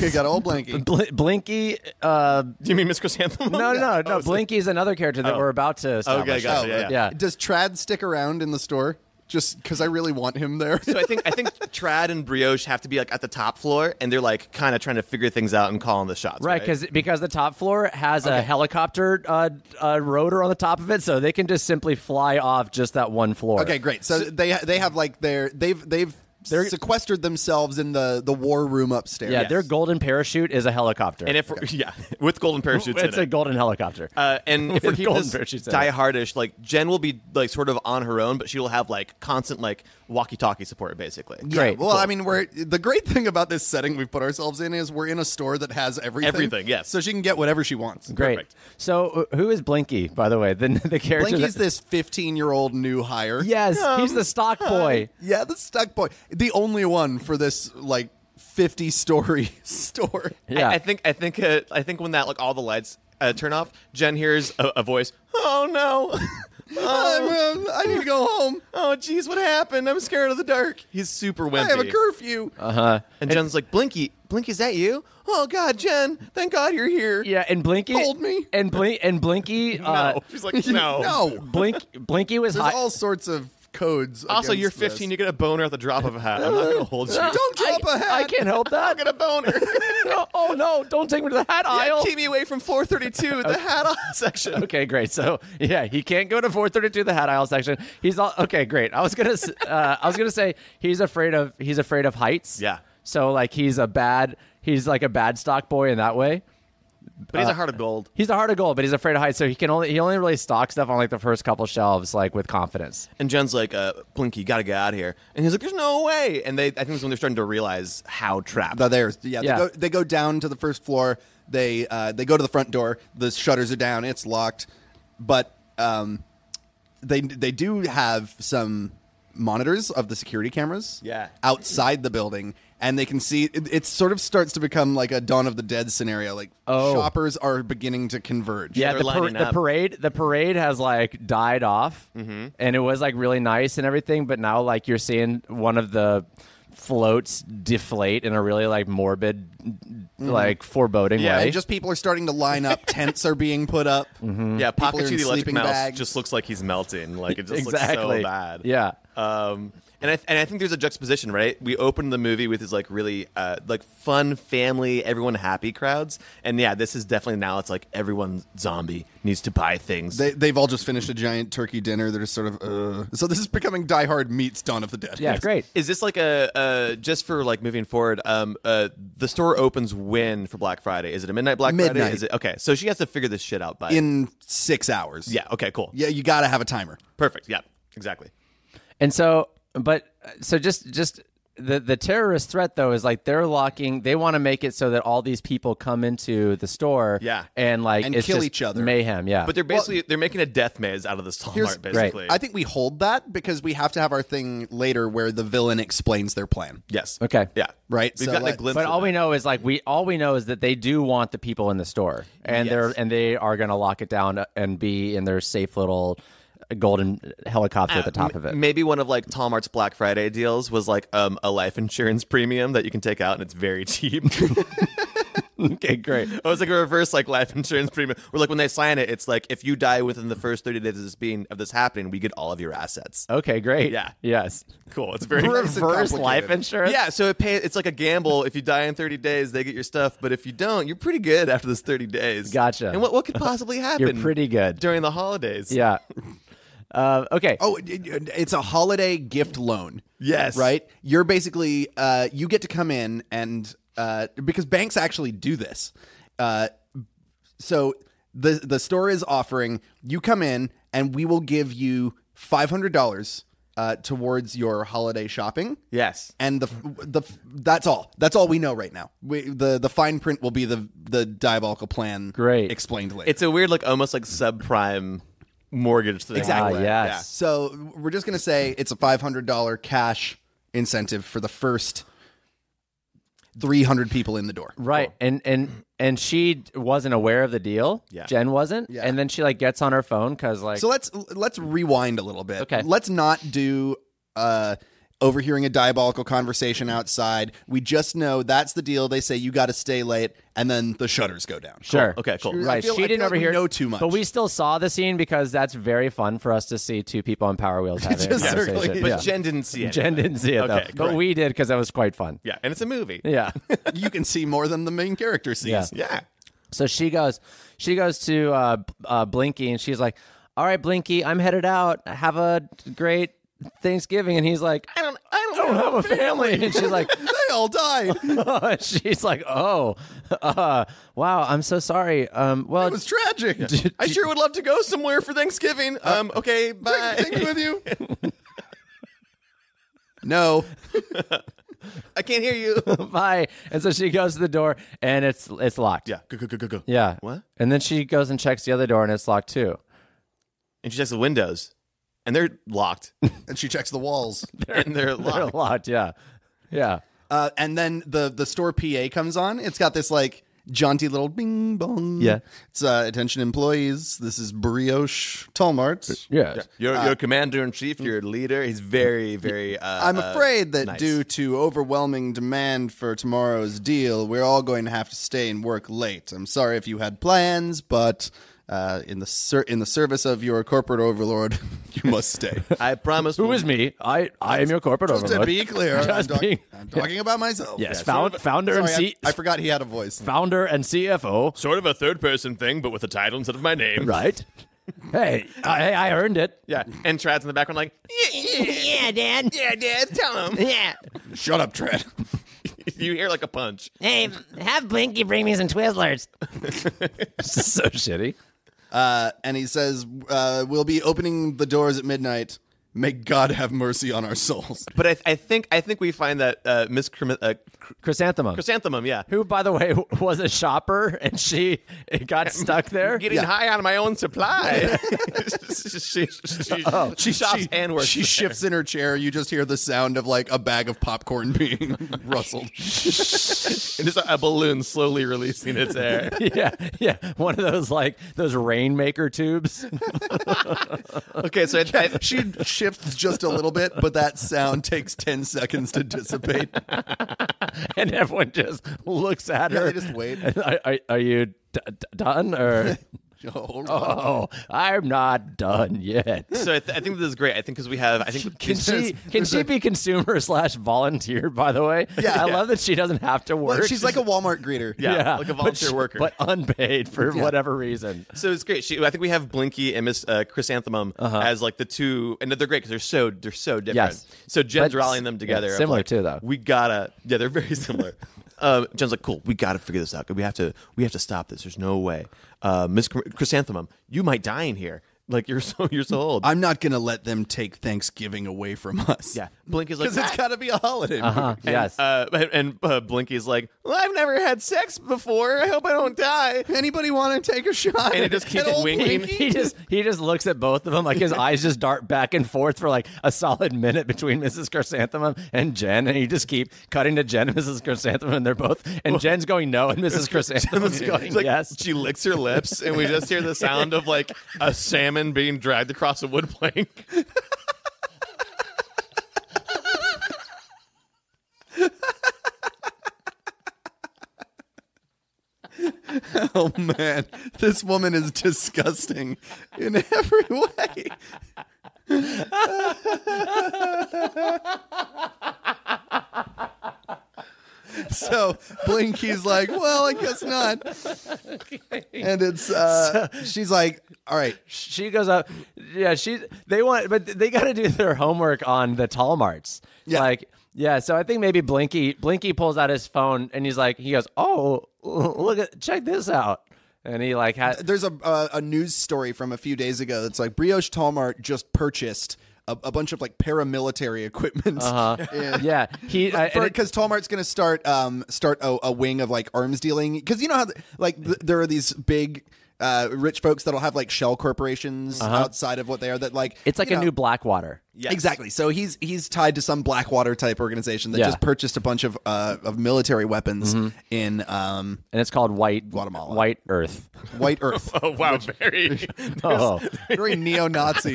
Speaker 3: We got old Blanky.
Speaker 2: Bl- Blinky. Uh,
Speaker 4: Do you mean Miss Chrysanthemum?
Speaker 2: no, no, no, no.
Speaker 4: Oh, so-
Speaker 2: Blinky is another character that
Speaker 4: Oh.
Speaker 2: we're about to. Establish.
Speaker 4: Okay, gotcha. yeah, yeah.
Speaker 2: yeah.
Speaker 3: Does Trad stick around in the store? Just because I really want him there.
Speaker 4: So I think I think Trad and Brioche have to be like at the top floor, and they're like kind of trying to figure things out and calling the shots.
Speaker 2: Right, because because the top floor has a helicopter uh, uh, rotor on the top of it, so they can just simply fly off just that one floor.
Speaker 3: okay, great. So, they they have like their they've they've
Speaker 2: They're-
Speaker 3: sequestered themselves in the the war room upstairs.
Speaker 2: Yeah, their golden parachute is a helicopter.
Speaker 4: And if yeah, with golden parachutes,
Speaker 2: it's
Speaker 4: in
Speaker 2: a
Speaker 4: it.
Speaker 2: golden helicopter.
Speaker 4: Uh, and if we're
Speaker 2: With
Speaker 4: keeping
Speaker 2: golden
Speaker 4: this
Speaker 2: parachutes in it.
Speaker 4: diehardish, like Jen will be like sort of on her own, but she will have like constant like walkie-talkie support, basically.
Speaker 3: Yeah,
Speaker 2: Great,
Speaker 3: Well,
Speaker 2: cool.
Speaker 3: I mean, we're the great thing about this setting we've put ourselves in is we're in a store that has everything.
Speaker 4: Everything, yes.
Speaker 3: So she can get whatever she wants.
Speaker 2: Great.
Speaker 4: perfect.
Speaker 2: So uh, who is Blinky, by the way? The the character.
Speaker 3: Blanky's
Speaker 2: that-
Speaker 3: this 15 year old new hire. Uh,
Speaker 2: yes, he's the stock boy.
Speaker 3: Yeah, the stuck boy. The only one for this like 50 story store.
Speaker 4: I-
Speaker 2: Yeah.
Speaker 4: I, think I think uh, I think when that like all the lights uh, turn off, Jen hears a, a voice. Oh no!
Speaker 3: I'm, um, I need to go home.
Speaker 4: oh jeez, what happened? I'm scared of the dark. He's super wimpy.
Speaker 3: I have a curfew.
Speaker 2: Uh-huh.
Speaker 4: And Jen's like, Blinky, Blinky, is that you? Oh God, Jen! Thank God you're here.
Speaker 2: Yeah, and Blinky
Speaker 3: Hold me.
Speaker 2: And Blink and Blinky. uh,
Speaker 4: No. She's like, no.
Speaker 3: no.
Speaker 2: Blink Blinky was
Speaker 3: There's
Speaker 2: hot.
Speaker 3: all sorts of codes.
Speaker 4: Also, you're
Speaker 3: against
Speaker 4: 15. You
Speaker 3: This.
Speaker 4: get a boner at the drop of a hat. I'm not gonna hold you.
Speaker 3: Don't drop a hat.
Speaker 2: I can't help that.
Speaker 4: get a boner.
Speaker 2: oh, oh, no! Don't take me to the hat aisle.
Speaker 4: Keep me away from 432, the hat on section.
Speaker 2: Okay, great. So yeah, he can't go to 432 the hat aisle section. He's all okay. Great. I was gonna s- uh, I was gonna say he's afraid of he's afraid of heights.
Speaker 4: Yeah.
Speaker 2: So like he's a bad he's like a bad stock boy in that way.
Speaker 4: But he's a heart of gold.
Speaker 2: He's a heart of gold, but he's afraid of heights, so he can only he only really stock stuff on like the first couple shelves like with confidence.
Speaker 4: And Jen's like, uh, Blinky, gotta get out of here. And he's like, there's no way. And they, I think that's when they're starting to realize how trapped.
Speaker 3: No, there's
Speaker 2: Yeah.
Speaker 3: yeah. They, go, they go down to the first floor. They uh, they go to the front door. The shutters are down. It's locked, but um, they they do have some monitors of the security cameras.
Speaker 4: Yeah.
Speaker 3: outside the building, and they can see it, it. Sort of starts to become like a Dawn of the Dead scenario. Like
Speaker 2: Oh.
Speaker 3: shoppers are beginning to converge.
Speaker 2: Yeah,
Speaker 4: they're
Speaker 2: the, par-
Speaker 4: lining
Speaker 2: the
Speaker 4: up. Mm-hmm.
Speaker 2: parade the parade has like died off, and it was like really nice and everything. But now like you're seeing one of the floats deflate in a really like morbid, like foreboding
Speaker 4: Mm-hmm. Yeah,
Speaker 2: way.
Speaker 3: And just people are starting to line up. Tents are being put up.
Speaker 4: yeah,
Speaker 3: People are in
Speaker 4: Pikachu the electric
Speaker 3: sleeping
Speaker 4: mouse
Speaker 3: bags.
Speaker 4: just looks like he's melting. Like, it just looks
Speaker 2: exactly.
Speaker 4: so bad.
Speaker 2: Yeah.
Speaker 4: Um, and I, and I think there's a juxtaposition, right? We opened the movie with his like really uh, like fun family, everyone happy crowds, and yeah, this is definitely now it's like everyone zombie needs to buy things.
Speaker 3: They, they've all just finished a giant turkey dinner. They're just sort of uh. so. This is becoming Die Hard meets Dawn of the Dead.
Speaker 2: Yeah, great.
Speaker 4: Is this like a uh, just for like moving forward? Um, uh, the store opens when for Black Friday? Is it a midnight Black Friday?
Speaker 3: Midnight.
Speaker 4: Is it okay? So she has to figure this shit out by
Speaker 3: in six hours.
Speaker 4: yeah. Okay, cool.
Speaker 3: Yeah, you gotta have a timer.
Speaker 4: perfect. Yeah, exactly.
Speaker 2: And so, but so just just the the terrorist threat though is like they're locking. They want to make it so that all these people come into the store,
Speaker 4: Yeah.
Speaker 2: and like
Speaker 3: And
Speaker 2: it's
Speaker 3: kill
Speaker 2: just
Speaker 3: each other.
Speaker 2: mayhem, yeah.
Speaker 4: But they're basically they're making a death maze out of this Walmart, basically.
Speaker 3: I think we hold that because we have to have our thing later where the villain explains their plan.
Speaker 4: yes.
Speaker 2: Okay.
Speaker 4: Yeah.
Speaker 3: Right,
Speaker 4: We've
Speaker 3: so
Speaker 4: gotten a
Speaker 3: like-
Speaker 4: glimpse.
Speaker 2: But
Speaker 4: of
Speaker 2: all
Speaker 4: that.
Speaker 2: we know is like we all we know is that they do want the people in the store, and they're
Speaker 4: Yes.
Speaker 2: and they are going to lock it down and be in their safe little golden helicopter at the top of it.
Speaker 4: M- Maybe one of like Tom Hart's Black Friday deals was like um, a life insurance premium that you can take out and it's very cheap.
Speaker 2: okay, great.
Speaker 4: Oh, it's like a reverse like life insurance premium. Or like when they sign it, it's like if you die within the first thirty days of this being of this happening, we get all of your assets.
Speaker 2: Okay, great.
Speaker 4: Yeah.
Speaker 2: Yes.
Speaker 4: Cool. It's very
Speaker 3: Oh. Reverse
Speaker 2: Reverse life
Speaker 3: complicated.
Speaker 2: insurance.
Speaker 4: Yeah, so it pay, it's like a gamble. If you die in 30 days, they get your stuff. But if you don't, you're pretty good after this 30 days.
Speaker 2: Gotcha.
Speaker 4: And what, what could possibly happen?
Speaker 2: You're pretty good.
Speaker 4: during the holidays.
Speaker 2: Yeah. Uh, okay.
Speaker 3: Oh, it- it- it's a holiday gift loan.
Speaker 4: Yes.
Speaker 3: Right? You're basically, uh, you get to come in and, uh, because banks actually do this. Uh, so the, the store is offering, you come in and we will give you $500 uh, towards your holiday shopping.
Speaker 4: Yes.
Speaker 3: and the the that's all. That's all we know right now. We, the the fine print will be the the diabolical plan.
Speaker 2: Great.
Speaker 3: explained later.
Speaker 4: It's a weird, like almost like subprime mortgage thing.
Speaker 3: Exactly.
Speaker 2: Ah, yes.
Speaker 3: so we're just gonna say it's a five hundred dollar cash incentive for the first three hundred people in the door.
Speaker 2: Right. And and and she wasn't aware of the deal.
Speaker 4: Yeah.
Speaker 2: Jen wasn't.
Speaker 3: Yeah.
Speaker 2: And then she like gets on her phone because like
Speaker 3: So let's let's rewind a little bit.
Speaker 2: Okay.
Speaker 3: Let's not do uh overhearing a diabolical conversation outside. We just know that's the deal. They say you got to stay late, and then the shutters go down.
Speaker 2: sure.
Speaker 4: Okay, cool.
Speaker 3: I
Speaker 2: Right.
Speaker 3: feel-
Speaker 2: she
Speaker 3: I
Speaker 2: didn't
Speaker 3: feel like we
Speaker 2: overhear
Speaker 3: know too much.
Speaker 2: But we still saw the scene because that's very fun for us to see two people on Power Wheels having
Speaker 3: Just
Speaker 2: a conversation.
Speaker 3: circling.
Speaker 4: But
Speaker 2: yeah.
Speaker 4: Jen didn't see it.
Speaker 2: Jen didn't see it though.
Speaker 4: Okay,
Speaker 2: But
Speaker 4: great.
Speaker 2: we did because that was quite fun.
Speaker 4: Yeah, and it's a movie.
Speaker 2: Yeah.
Speaker 3: you can see more than the main character sees.
Speaker 2: Yeah.
Speaker 4: Yeah.
Speaker 2: so she goes she goes to uh, uh, Blinky and she's like, All right, Blinky, I'm headed out. Have a great Thanksgiving, and he's like,
Speaker 5: I don't, I
Speaker 2: I don't have a family. And she's like,
Speaker 3: They all died. It
Speaker 2: and she's like, oh, uh, wow, I'm so sorry. Um, well,
Speaker 3: was tragic. Take
Speaker 4: I sure would love to go somewhere for Thanksgiving.
Speaker 2: Uh,
Speaker 4: Um, okay, bye.
Speaker 3: me with you. No.
Speaker 4: I can't hear you.
Speaker 2: bye. And so she goes to the door, and it's it's locked.
Speaker 4: Yeah, go go go go go.
Speaker 2: Yeah.
Speaker 4: What?
Speaker 2: And then she goes and checks the other door, and it's locked too.
Speaker 4: And she checks the windows, and they're locked,
Speaker 3: And she checks the walls.
Speaker 4: and
Speaker 2: They're
Speaker 4: they're locked.
Speaker 2: locked. Yeah. Yeah.
Speaker 3: Uh, and then the the store PA comes on. It's got this like jaunty little bing bong.
Speaker 2: Yeah.
Speaker 3: It's uh, attention employees. This is brioche Talmart.
Speaker 2: Yes.
Speaker 4: Your your
Speaker 2: Uh,
Speaker 4: commander in chief, your leader, he's very very. Uh,
Speaker 3: I'm
Speaker 4: uh,
Speaker 3: afraid that
Speaker 4: nice.
Speaker 3: due to overwhelming demand for tomorrow's deal, we're all going to have to stay and work late. I'm sorry if you had plans, but uh, in the ser- in the service of your corporate overlord, you must stay.
Speaker 4: I promise.
Speaker 2: Who is me? I I am your corporate
Speaker 3: Just to
Speaker 2: overlord.
Speaker 3: be clear, I'm,
Speaker 2: Just
Speaker 3: talk-
Speaker 2: being-
Speaker 3: I'm talking about myself.
Speaker 2: yes. found, founder
Speaker 3: Sorry,
Speaker 2: and C-
Speaker 3: I, I forgot he had a voice.
Speaker 2: founder and CFO.
Speaker 4: Sort of a third person thing, but with a title instead of my name.
Speaker 2: Right. hey, I, hey, I earned it.
Speaker 4: Yeah. And Trad's in the background, like,
Speaker 5: yeah, Dad. Yeah, Dad. Tell him.
Speaker 6: Yeah.
Speaker 3: Shut up, Trent.
Speaker 4: you hear like a punch.
Speaker 6: Hey, have Blinky bring me some Twizzlers.
Speaker 2: so shitty.
Speaker 3: Uh, and he says, uh, "We'll be opening the doors at midnight. May God have mercy on our souls."
Speaker 4: But I, I think I think we find that uh, Miss Chrysan- uh,
Speaker 2: Chrysanthemum.
Speaker 4: Chrysanthemum, yeah,
Speaker 2: who, by the way, was a shopper and she got stuck there.
Speaker 4: getting high on my own supply. she, she, she, she shops and works.
Speaker 3: She
Speaker 4: there.
Speaker 3: shifts in her chair. You just hear the sound of like a bag of popcorn being rustled.
Speaker 4: and just a, a balloon slowly releasing its air.
Speaker 2: yeah, yeah. One of those like those rainmaker tubes.
Speaker 4: Okay, so I, I,
Speaker 3: She shifts just a little bit, but that sound takes ten seconds to dissipate.
Speaker 2: and everyone just looks at
Speaker 3: Yeah,
Speaker 2: her.
Speaker 3: they just wait.
Speaker 2: Are, are, are you d- d- done or?
Speaker 3: Hold on.
Speaker 2: oh, I'm not done yet.
Speaker 4: so I, th- I think this is great. I think because we have, I think
Speaker 2: Can she can she
Speaker 3: a-
Speaker 2: be consumer slash volunteer? By the way,
Speaker 3: Yeah.
Speaker 2: I love that she doesn't have to work.
Speaker 3: Well, she's like a Walmart greeter.
Speaker 4: Yeah. like a
Speaker 2: but
Speaker 4: volunteer
Speaker 2: she-
Speaker 4: worker.
Speaker 2: but unpaid for whatever reason.
Speaker 4: So it's great. She, I think we have Blinky and Miss uh, Chrysanthemum
Speaker 3: Uh-huh.
Speaker 4: as like the two, and they're great because they're so they're so different.
Speaker 2: Yes.
Speaker 4: So Jen's
Speaker 2: But
Speaker 4: rallying them
Speaker 2: s-
Speaker 4: together.
Speaker 2: yeah,
Speaker 4: of
Speaker 2: similar
Speaker 4: like,
Speaker 2: too, though.
Speaker 4: We gotta. Yeah, they're very similar. um, Jen's like, cool. We gotta figure this out. We have to. We have to stop this. There's no way. Uh, Miss Chr- Chrysanthemum, you might die in here. Like you're so you're so old.
Speaker 3: I'm not gonna let them take Thanksgiving away from us.
Speaker 4: yeah. Blinky's like,
Speaker 3: because it's
Speaker 4: "Ah."
Speaker 3: got to be a holiday.
Speaker 2: Uh,
Speaker 3: movie.
Speaker 2: yes.
Speaker 4: Uh, and and, uh, Blinky's like, well, I've never had sex before. I hope I don't die.
Speaker 3: Anybody want to take a shot?
Speaker 4: And it just keeps
Speaker 3: At old
Speaker 4: winking.
Speaker 3: Blinky?
Speaker 2: he just he just looks at both of them like his eyes just dart back and forth for like a solid minute between Mrs. Chrysanthemum and Jen, and you just keep cutting to Jen and Mrs. Chrysanthemum, and they're both and Jen's going no, and Mrs. Chrysanthemum's going
Speaker 4: It's like
Speaker 2: yes.
Speaker 4: she licks her lips, and we just hear the sound of like a salmon being dragged across a wood plank.
Speaker 3: Oh man, this woman is disgusting in every way. so Blinky's like, well, I guess not. And it's uh, she's like, all right,
Speaker 2: She goes up, yeah. She they want, but they got to do their homework on the Talmarts.
Speaker 3: Yeah.
Speaker 2: Like yeah, so I think maybe Blinky Blinky pulls out his phone and he's like, he goes, oh look at check this out, and he like had
Speaker 3: there's a uh, a news story from a few days ago that's like Brioche Talmart just purchased a, a bunch of like paramilitary equipment. Uh-huh.
Speaker 2: yeah he I- and it-
Speaker 3: because Tallmart's going to start um start a, a wing of like arms dealing because you know how th- like th- there are these big uh rich folks that'll have like shell corporations outside of what they are that like
Speaker 2: Uh-huh. it's like
Speaker 3: you
Speaker 2: a
Speaker 3: know-
Speaker 2: new Blackwater.
Speaker 4: Yes.
Speaker 3: Exactly. So he's he's tied to some Blackwater type organization that
Speaker 2: Yeah. Mm-hmm.
Speaker 3: just purchased a bunch of uh, of military weapons in um,
Speaker 2: and it's called White
Speaker 3: Guatemala.
Speaker 2: White Earth.
Speaker 3: White Earth.
Speaker 4: Oh wow, very
Speaker 2: Oh,
Speaker 3: Very neo-Nazi.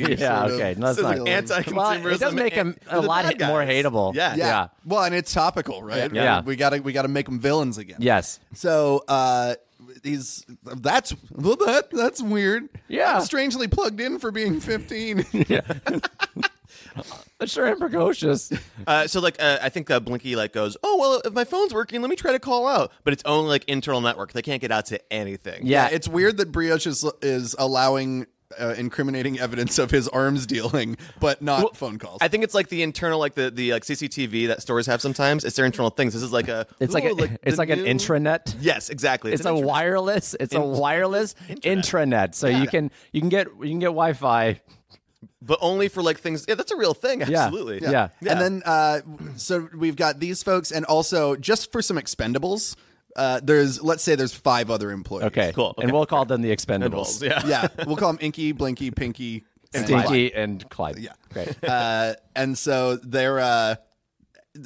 Speaker 2: yeah,
Speaker 3: sort of
Speaker 2: okay, that's not
Speaker 3: feeling.
Speaker 4: anti-consumerism.
Speaker 2: Well, it does make him a
Speaker 4: They're the
Speaker 2: lot
Speaker 4: bad
Speaker 2: more
Speaker 4: guys.
Speaker 2: hateable.
Speaker 4: Yeah,
Speaker 3: Yeah.
Speaker 2: Uh, Yeah.
Speaker 3: Well, and it's topical, right?
Speaker 2: Yeah.
Speaker 3: We gotta we gotta make them villains again.
Speaker 2: yes,
Speaker 3: So uh he's that's well that that's weird.
Speaker 2: Yeah.
Speaker 3: I'm strangely plugged in for being 15.
Speaker 2: sure, and precocious.
Speaker 4: Uh, so like, uh, I think uh, Blinky like goes, oh well, if my phone's working, let me try to call out. But it's only like internal network; they can't get out to anything.
Speaker 2: Yeah,
Speaker 3: it's weird that Brioche is is allowing uh, incriminating evidence of his arms dealing, but not phone calls.
Speaker 4: I think it's like the internal, like the the like CCTV that stores have sometimes. It's their internal things. This is like a.
Speaker 2: It's like
Speaker 4: ooh,
Speaker 2: a, it's
Speaker 4: the
Speaker 2: like an
Speaker 4: new-
Speaker 2: intranet.
Speaker 4: Yes, exactly.
Speaker 2: It's
Speaker 4: an
Speaker 2: a
Speaker 4: intranet.
Speaker 2: wireless. It's a wireless intranet. So you can you can get you can get Wi-Fi.
Speaker 4: but only for like things. Yeah, that's a real thing.
Speaker 2: Yeah.
Speaker 4: Absolutely.
Speaker 2: Yeah. Yeah.
Speaker 3: And then, uh, so we've got these folks, and also just for some expendables, uh, there's let's say there's five other employees.
Speaker 2: Okay,
Speaker 4: Cool.
Speaker 2: And
Speaker 4: Okay.
Speaker 2: we'll call them the
Speaker 4: Balls,
Speaker 2: Expendables.
Speaker 4: Yeah.
Speaker 3: Yeah, we'll call them Inky, Blinky, Pinky, and Clyde.
Speaker 2: Stinky and Clyde.
Speaker 3: Yeah.
Speaker 2: great.
Speaker 3: Uh, and so they're uh,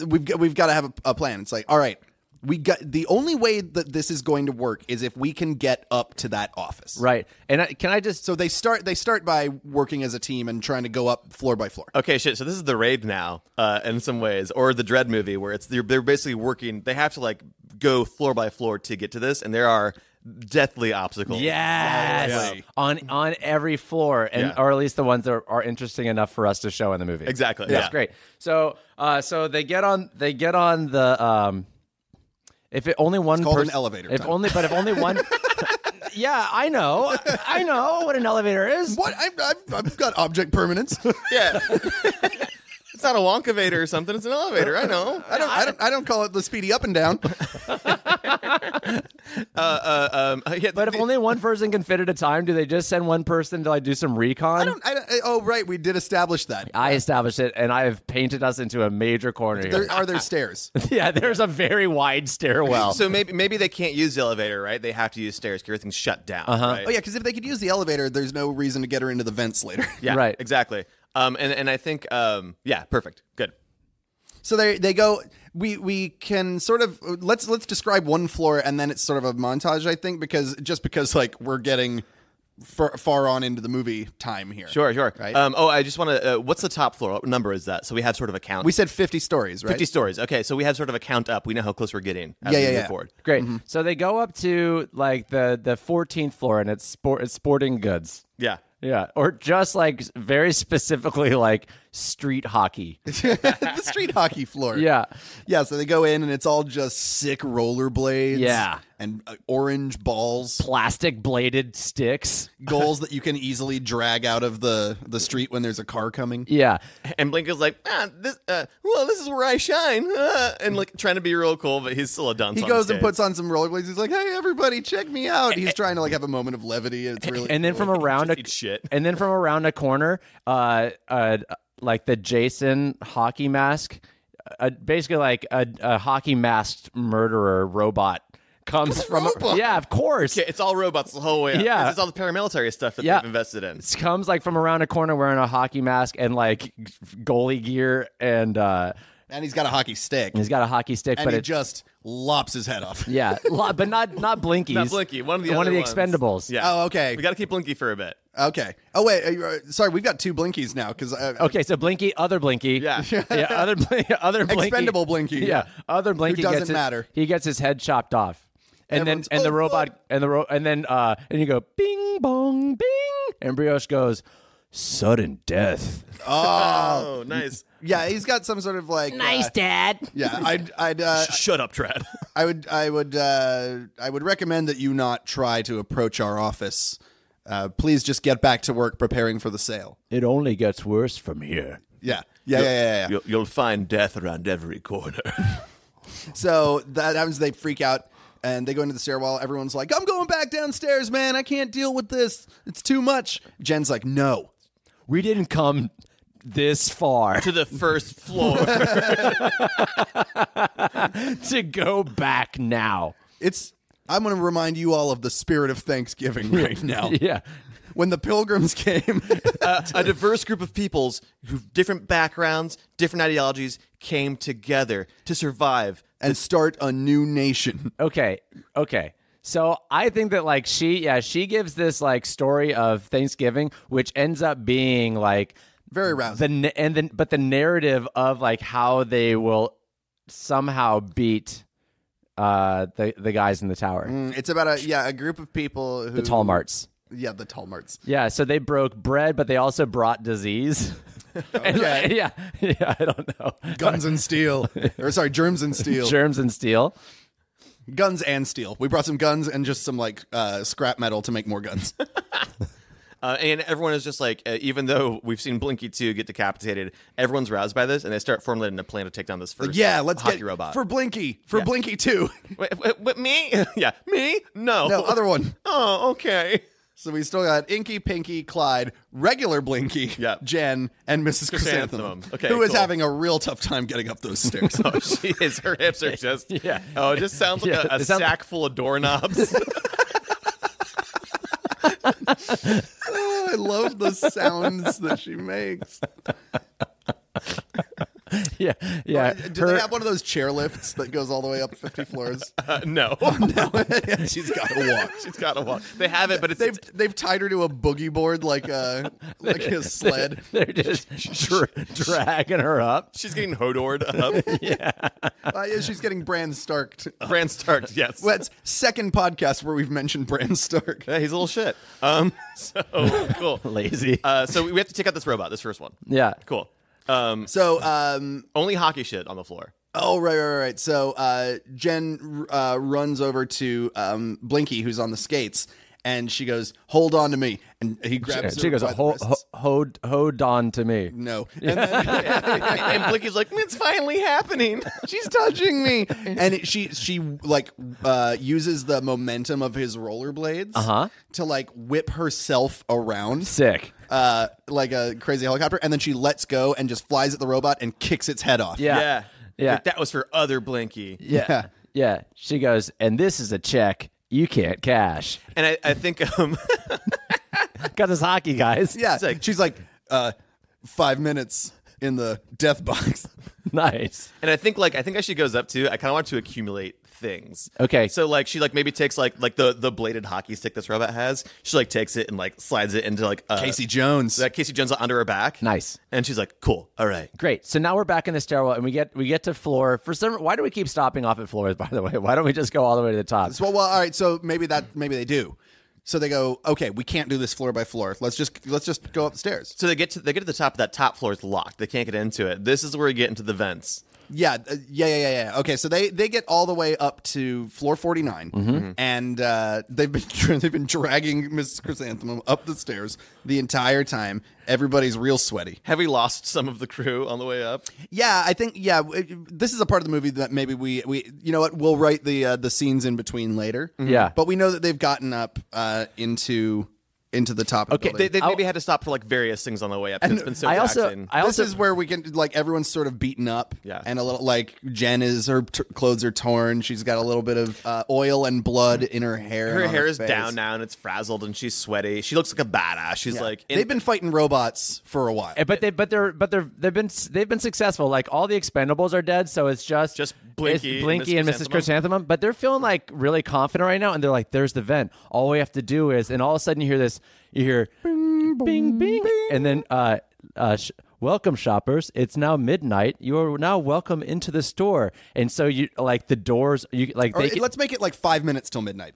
Speaker 3: we've got, we've got to have a, a plan. It's like, all right, we got the only way that this is going to work is if we can get up to that office.
Speaker 2: Right. And I, can I just
Speaker 3: So they start they start by working as a team and trying to go up floor by floor.
Speaker 4: Okay, shit. So this is the raid now, uh, in some ways, or the Dread movie, where it's they're, they're basically working. They have to like go floor by floor to get to this, and there are deathly obstacles.
Speaker 2: Yes,
Speaker 3: Exactly.
Speaker 2: on on every floor, and
Speaker 4: Yeah.
Speaker 2: or at least the ones that are, are interesting enough for us to show in the movie.
Speaker 4: Exactly,
Speaker 2: That's
Speaker 4: yeah.
Speaker 2: great. So, uh, so they get on. They get on the. Um, if it only one
Speaker 3: called an
Speaker 2: person-
Speaker 3: elevator,
Speaker 2: If
Speaker 3: Tom.
Speaker 2: only, but if only one. yeah, I know. I know what an elevator is.
Speaker 3: What I've, I've, I've got object permanence. I
Speaker 4: Yeah. it's not a Wonkavator or something. It's an elevator. I know. I
Speaker 3: don't I don't I don't call it the speedy up and down.
Speaker 4: Um, yeah,
Speaker 2: But if
Speaker 4: the-
Speaker 2: only one person can fit at a time, do they just send one person to like do some recon?
Speaker 3: I don't. I don't I, oh right, we did establish that.
Speaker 2: I established it, and I have painted us into a major corner here.
Speaker 3: There are there stairs.
Speaker 2: yeah, there's a very wide stairwell.
Speaker 4: So maybe maybe they can't use the elevator, right? They have to use stairs. 'cause Everything's shut down. right?
Speaker 3: Oh yeah, because if they could use the elevator, there's no reason to get her into the vents later.
Speaker 4: yeah,
Speaker 2: Right.
Speaker 4: exactly. Um, and and I think um, yeah, perfect, good.
Speaker 3: So they they go. We we can sort of let's let's describe one floor, and then it's sort of a montage. I think because just because like we're getting far, far on into the movie time here.
Speaker 4: Sure, sure.
Speaker 3: Right.
Speaker 4: Um, oh, I just want to. Uh, what's the top floor? What number is that? So we have sort of a count.
Speaker 3: We said fifty stories, right?
Speaker 4: fifty stories. Okay, so we have sort of a count up. We know how close we're getting. As
Speaker 3: Yeah,
Speaker 4: we
Speaker 3: yeah,
Speaker 4: move
Speaker 3: yeah.
Speaker 4: Forward.
Speaker 2: Great. So they go up to like the the 14th floor, and it's sport it's sporting goods.
Speaker 4: Yeah.
Speaker 2: Yeah, or just like very specifically like street hockey.
Speaker 3: the street hockey floor.
Speaker 2: Yeah,
Speaker 3: yeah. So they go in, and it's all just sick rollerblades.
Speaker 2: Yeah.
Speaker 3: and uh, orange balls,
Speaker 2: plastic bladed sticks.
Speaker 3: goals that you can easily drag out of the the street when there's a car coming.
Speaker 2: Yeah,
Speaker 4: And Blink is like, ah, this. Uh, well, this is where I shine, uh, and like trying to be real cool, but he's still a dunce.
Speaker 3: He
Speaker 4: on
Speaker 3: goes and
Speaker 4: stage.
Speaker 3: puts on some rollerblades. He's like, "Hey, everybody, check me out!" He's trying to like have a moment of levity. and It's really
Speaker 2: and then
Speaker 3: cool.
Speaker 2: from around
Speaker 4: Just
Speaker 2: a
Speaker 4: eat shit.
Speaker 2: and then from around a corner, uh, uh, like the Jason hockey mask, uh, basically like a, a hockey masked murderer robot comes from.
Speaker 3: robot?
Speaker 2: yeah, of course.
Speaker 4: Yeah, it's all robots the whole way. Up.
Speaker 2: Yeah.
Speaker 4: This is all the paramilitary stuff that
Speaker 2: Yeah.
Speaker 4: they've invested in.
Speaker 2: comes like from around a corner wearing a hockey mask and like goalie gear and uh
Speaker 3: and he's got a hockey stick.
Speaker 2: he's got a hockey stick
Speaker 3: and
Speaker 2: but
Speaker 3: he
Speaker 2: it
Speaker 3: just lops his head off.
Speaker 2: yeah lo- but not not blinkies
Speaker 4: Not Blinky. One of the
Speaker 2: one of
Speaker 4: other
Speaker 2: the
Speaker 4: ones.
Speaker 2: expendables
Speaker 4: Yeah.
Speaker 3: Oh, okay.
Speaker 4: We got to keep Blinky for a bit.
Speaker 3: Okay. Oh wait, uh, you- uh, sorry, we've got two blinkies now because uh,
Speaker 2: okay so blinky other blinky
Speaker 4: Yeah.
Speaker 2: yeah other Blin- other blinky
Speaker 3: Expendable Blinky,
Speaker 2: yeah,
Speaker 3: yeah.
Speaker 2: other blinky
Speaker 3: doesn't
Speaker 2: gets his-
Speaker 3: matter.
Speaker 2: he gets his head chopped off and
Speaker 3: Everyone's,
Speaker 2: then and
Speaker 3: "Oh,
Speaker 2: the robot and the ro- and then uh and you go bing bong bing and brioche goes sudden death
Speaker 4: Oh, nice.
Speaker 3: yeah, he's got some sort of like uh,
Speaker 6: Nice, Dad.
Speaker 3: yeah, I'd I'd uh,
Speaker 4: Shut up, Trad.
Speaker 3: I would I would uh, I would recommend that you not try to approach our office. Uh, please just get back to work preparing for the sale.
Speaker 2: it only gets worse from here
Speaker 3: Yeah. Yeah, yeah, yeah, yeah.
Speaker 4: You'll, you'll find death around every corner.
Speaker 3: So that happens. They freak out and they go into the stairwell. Everyone's like, "I'm going back downstairs, man. I can't deal with this. It's too much." Jen's like, "No,
Speaker 2: we didn't come this far
Speaker 4: to the first floor.
Speaker 2: to go back now.
Speaker 3: It's. I'm going to remind you all of the spirit of Thanksgiving right now.
Speaker 2: Yeah.
Speaker 3: When the pilgrims came,
Speaker 4: Uh, a diverse group of peoples, who- different backgrounds, different ideologies, came together to survive.
Speaker 3: and start a new nation.
Speaker 2: Okay. Okay. So I think that like she yeah, she gives this like story of Thanksgiving which ends up being like
Speaker 3: Very
Speaker 2: the
Speaker 3: rousing.
Speaker 2: na- and then but the narrative of like how they will somehow beat uh the the guys in the tower.
Speaker 3: it's about a yeah a group of people who
Speaker 2: The tall marts.
Speaker 3: yeah the Talmarts.
Speaker 2: Yeah, so they broke bread but they also brought disease. And, like, yeah. Yeah, I don't know.
Speaker 3: Guns and steel, or sorry, germs and steel.
Speaker 2: Germs and steel.
Speaker 3: guns and steel. We brought some guns and just some like uh, scrap metal to make more guns.
Speaker 4: Uh, and everyone is just like, uh, even though we've seen Blinky 2 get decapitated, everyone's roused by this and they start formulating a plan to take down this first
Speaker 3: yeah, let's
Speaker 4: hockey
Speaker 3: get
Speaker 4: robot.
Speaker 3: for Blinky for Blinky too.
Speaker 4: Wait, wait, wait, me? yeah, me? No.
Speaker 3: no, other one.
Speaker 4: Oh, okay.
Speaker 3: So we still got Inky, Pinky, Clyde, regular Blinky,
Speaker 4: Yep.
Speaker 3: Jen, and Mrs. Chrysanthemum,
Speaker 4: Chrysanthemum. Okay,
Speaker 3: who is
Speaker 4: cool.
Speaker 3: having a real tough time getting up those stairs.
Speaker 4: Oh, she is. Her hips are just.
Speaker 2: Yeah.
Speaker 4: Oh, it just sounds like
Speaker 2: Yeah,
Speaker 4: a, a
Speaker 2: it sounds-
Speaker 4: sack full of doorknobs.
Speaker 3: I love the sounds that she makes.
Speaker 2: Yeah, yeah.
Speaker 3: Oh, Do
Speaker 2: Uh, Her-
Speaker 3: they have one of those chair lifts that goes all the way up 50 floors?
Speaker 4: Uh, no.
Speaker 3: She's got to walk.
Speaker 4: She's got to walk. They have it, but it's.
Speaker 3: They've they've tied her to a boogie board like a like a sled.
Speaker 2: they're just dra- dragging her up.
Speaker 4: She's getting hodored up.
Speaker 3: Uh, yeah, she's getting Bran Starked.
Speaker 4: Bran Stark, yes.
Speaker 3: Well, that's second podcast where we've mentioned Bran Stark.
Speaker 4: Yeah, he's a little shit. Um, so cool.
Speaker 2: Lazy.
Speaker 4: Uh, so we have to take out this robot, this first one.
Speaker 2: yeah.
Speaker 4: Cool. Um,
Speaker 3: So, um,
Speaker 4: only hockey shit on the floor.
Speaker 3: oh right, right, right, right. So uh, Jen uh, runs over to um, Blinky, who's on the skates, and she goes, "Hold on to me," and he grabs.
Speaker 2: She
Speaker 3: her
Speaker 2: goes,
Speaker 3: by the
Speaker 2: "Ho-
Speaker 3: wrists.
Speaker 2: ho- hold, hold on to me.
Speaker 3: no, and, then,
Speaker 4: and Blinky's like, it's finally happening.
Speaker 3: she's touching me, and it, she she like uh, uses the momentum of his rollerblades
Speaker 2: Uh-huh.
Speaker 3: to like whip herself around.
Speaker 2: Sick.
Speaker 3: uh, like a crazy helicopter, and then she lets go and just flies at the robot and kicks its head off.
Speaker 2: Yeah.
Speaker 4: Yeah.
Speaker 2: Yeah.
Speaker 4: Like, that was for other Blinky.
Speaker 2: Yeah. Yeah. She goes, and this is a check you can't cash.
Speaker 4: And I, I think um,
Speaker 2: Got this hockey, guys.
Speaker 3: yeah.
Speaker 4: It's like-
Speaker 3: She's like, uh, five minutes in the death box.
Speaker 2: Nice.
Speaker 4: And I think like I think as she goes up to, I kind of want to accumulate things.
Speaker 2: Okay.
Speaker 4: So like she like maybe takes like like the the bladed hockey stick this robot has. She like takes it and like slides it into like uh,
Speaker 3: Casey Jones.
Speaker 4: That Casey Jones under her back.
Speaker 2: Nice.
Speaker 4: And she's like, cool. All right.
Speaker 2: Great. So now we're back in the stairwell, and we get we get to floor. For some, why do we keep stopping off at floors? By the way, why don't we just go all the way to the top?
Speaker 3: So, well, all right. So maybe that maybe they do. So they go, okay, we can't do this floor by floor. Let's just let's just go upstairs.
Speaker 4: So they get to they get to the top of that top floor is locked. They can't get into it. This is where we get into the vents.
Speaker 3: Yeah, uh, yeah, yeah, yeah, yeah. Okay, so they they get all the way up to floor forty
Speaker 2: Mm-hmm.
Speaker 3: and uh, they've been they've been dragging Mrs. Chrysanthemum up the stairs the entire time. Everybody's real sweaty.
Speaker 4: Have we lost some of the crew on the way up?
Speaker 3: Yeah, I think yeah. w- This is a part of the movie that maybe we we you know what we'll write the uh, the scenes in between later.
Speaker 2: Mm-hmm. Yeah.
Speaker 3: but we know that they've gotten up uh, into into the top. Of the
Speaker 2: Okay,
Speaker 4: They,
Speaker 3: building.
Speaker 4: they maybe had to stop for like various things on the way up. it's been so
Speaker 2: I also-
Speaker 4: taxing.
Speaker 2: I
Speaker 3: this is where we can like everyone's sort of beaten up.
Speaker 4: Yeah.
Speaker 3: and a little like Jen is her t- clothes are torn. She's got a little bit of uh, oil and blood in her hair. and
Speaker 4: her
Speaker 3: on
Speaker 4: hair is
Speaker 3: face.
Speaker 4: down now and it's frazzled and she's sweaty. She looks like a badass. She's like in-
Speaker 3: They've been fighting robots for a while.
Speaker 2: Eh, but they but they're but they're they've been they've been successful. Like all the Expendables are dead, so it's just
Speaker 4: Just
Speaker 2: it's
Speaker 4: Blinky and
Speaker 2: Blinky
Speaker 4: Mrs.
Speaker 2: and Mrs.
Speaker 4: Chrysanthemum.
Speaker 2: Chrysanthemum. But they're feeling like really confident right now, and they're like, "There's the vent. All we have to do is." And all of a sudden, you hear this. You hear bing bing bing, and then uh, uh, sh- welcome shoppers. It's now midnight. You are now welcome into the store. And so you like the doors. You like
Speaker 3: Or
Speaker 2: they. can-
Speaker 3: let's make it like five minutes till midnight.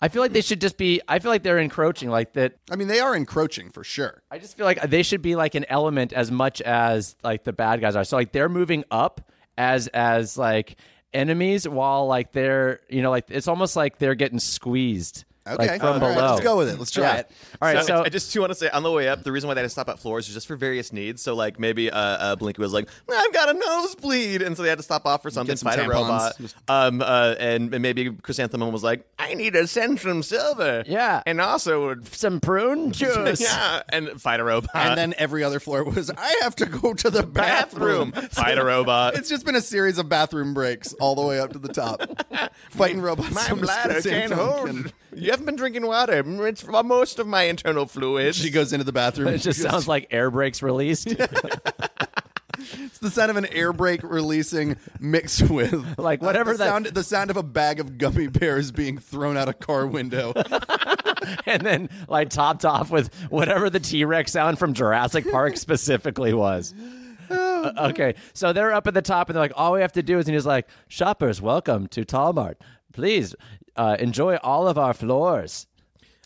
Speaker 2: I feel like they should just be. I feel like they're encroaching. Like that.
Speaker 3: I mean, they are encroaching for sure.
Speaker 2: I just feel like they should be like an element as much as like the bad guys are. So like they're moving up as as like enemies while like they're you know like it's almost like they're getting squeezed
Speaker 3: Okay,
Speaker 2: like from
Speaker 3: All
Speaker 2: below.
Speaker 3: right, let's go with it. Let's try
Speaker 2: Yeah.
Speaker 3: it.
Speaker 2: All right,
Speaker 4: So
Speaker 2: so,
Speaker 4: I, I just do want to say on the way up, the reason why they had to stop at floors is just for various needs. So like maybe uh, uh, Blinky was like, I've got a nosebleed, and so they had to stop off for something,
Speaker 3: Get some
Speaker 4: fight a
Speaker 3: tampons.
Speaker 4: robot, um, uh, and, and maybe Chrysanthemum was like, I need a Centrum Silver,
Speaker 2: Yeah.
Speaker 4: and also a
Speaker 2: some prune juice.
Speaker 4: yeah, and fight a robot,
Speaker 3: and then every other floor was I have to go to the bathroom.
Speaker 4: bathroom, fight a robot.
Speaker 3: It's just been a series of bathroom breaks all the way up to the top. Fighting robots.
Speaker 4: my
Speaker 3: from
Speaker 4: bladder
Speaker 3: Sam
Speaker 4: can't
Speaker 3: Duncan.
Speaker 4: hold. You haven't been drinking water. It's for most of my internal fluids.
Speaker 3: She goes into the bathroom.
Speaker 2: It just
Speaker 3: She goes,
Speaker 2: sounds like air brakes released.
Speaker 3: it's the sound of an air brake releasing mixed with
Speaker 2: Like, whatever
Speaker 3: the
Speaker 2: that-
Speaker 3: sound the sound of a bag of gummy bears being thrown out a car window.
Speaker 2: and then like topped off with whatever the T-Rex sound from Jurassic Park specifically was.
Speaker 3: Oh,
Speaker 2: Uh, okay, so they're up at the top, and they're like, "All we have to do is," and he's like, "Shoppers, welcome to Talmart. Please uh, enjoy all of our floors."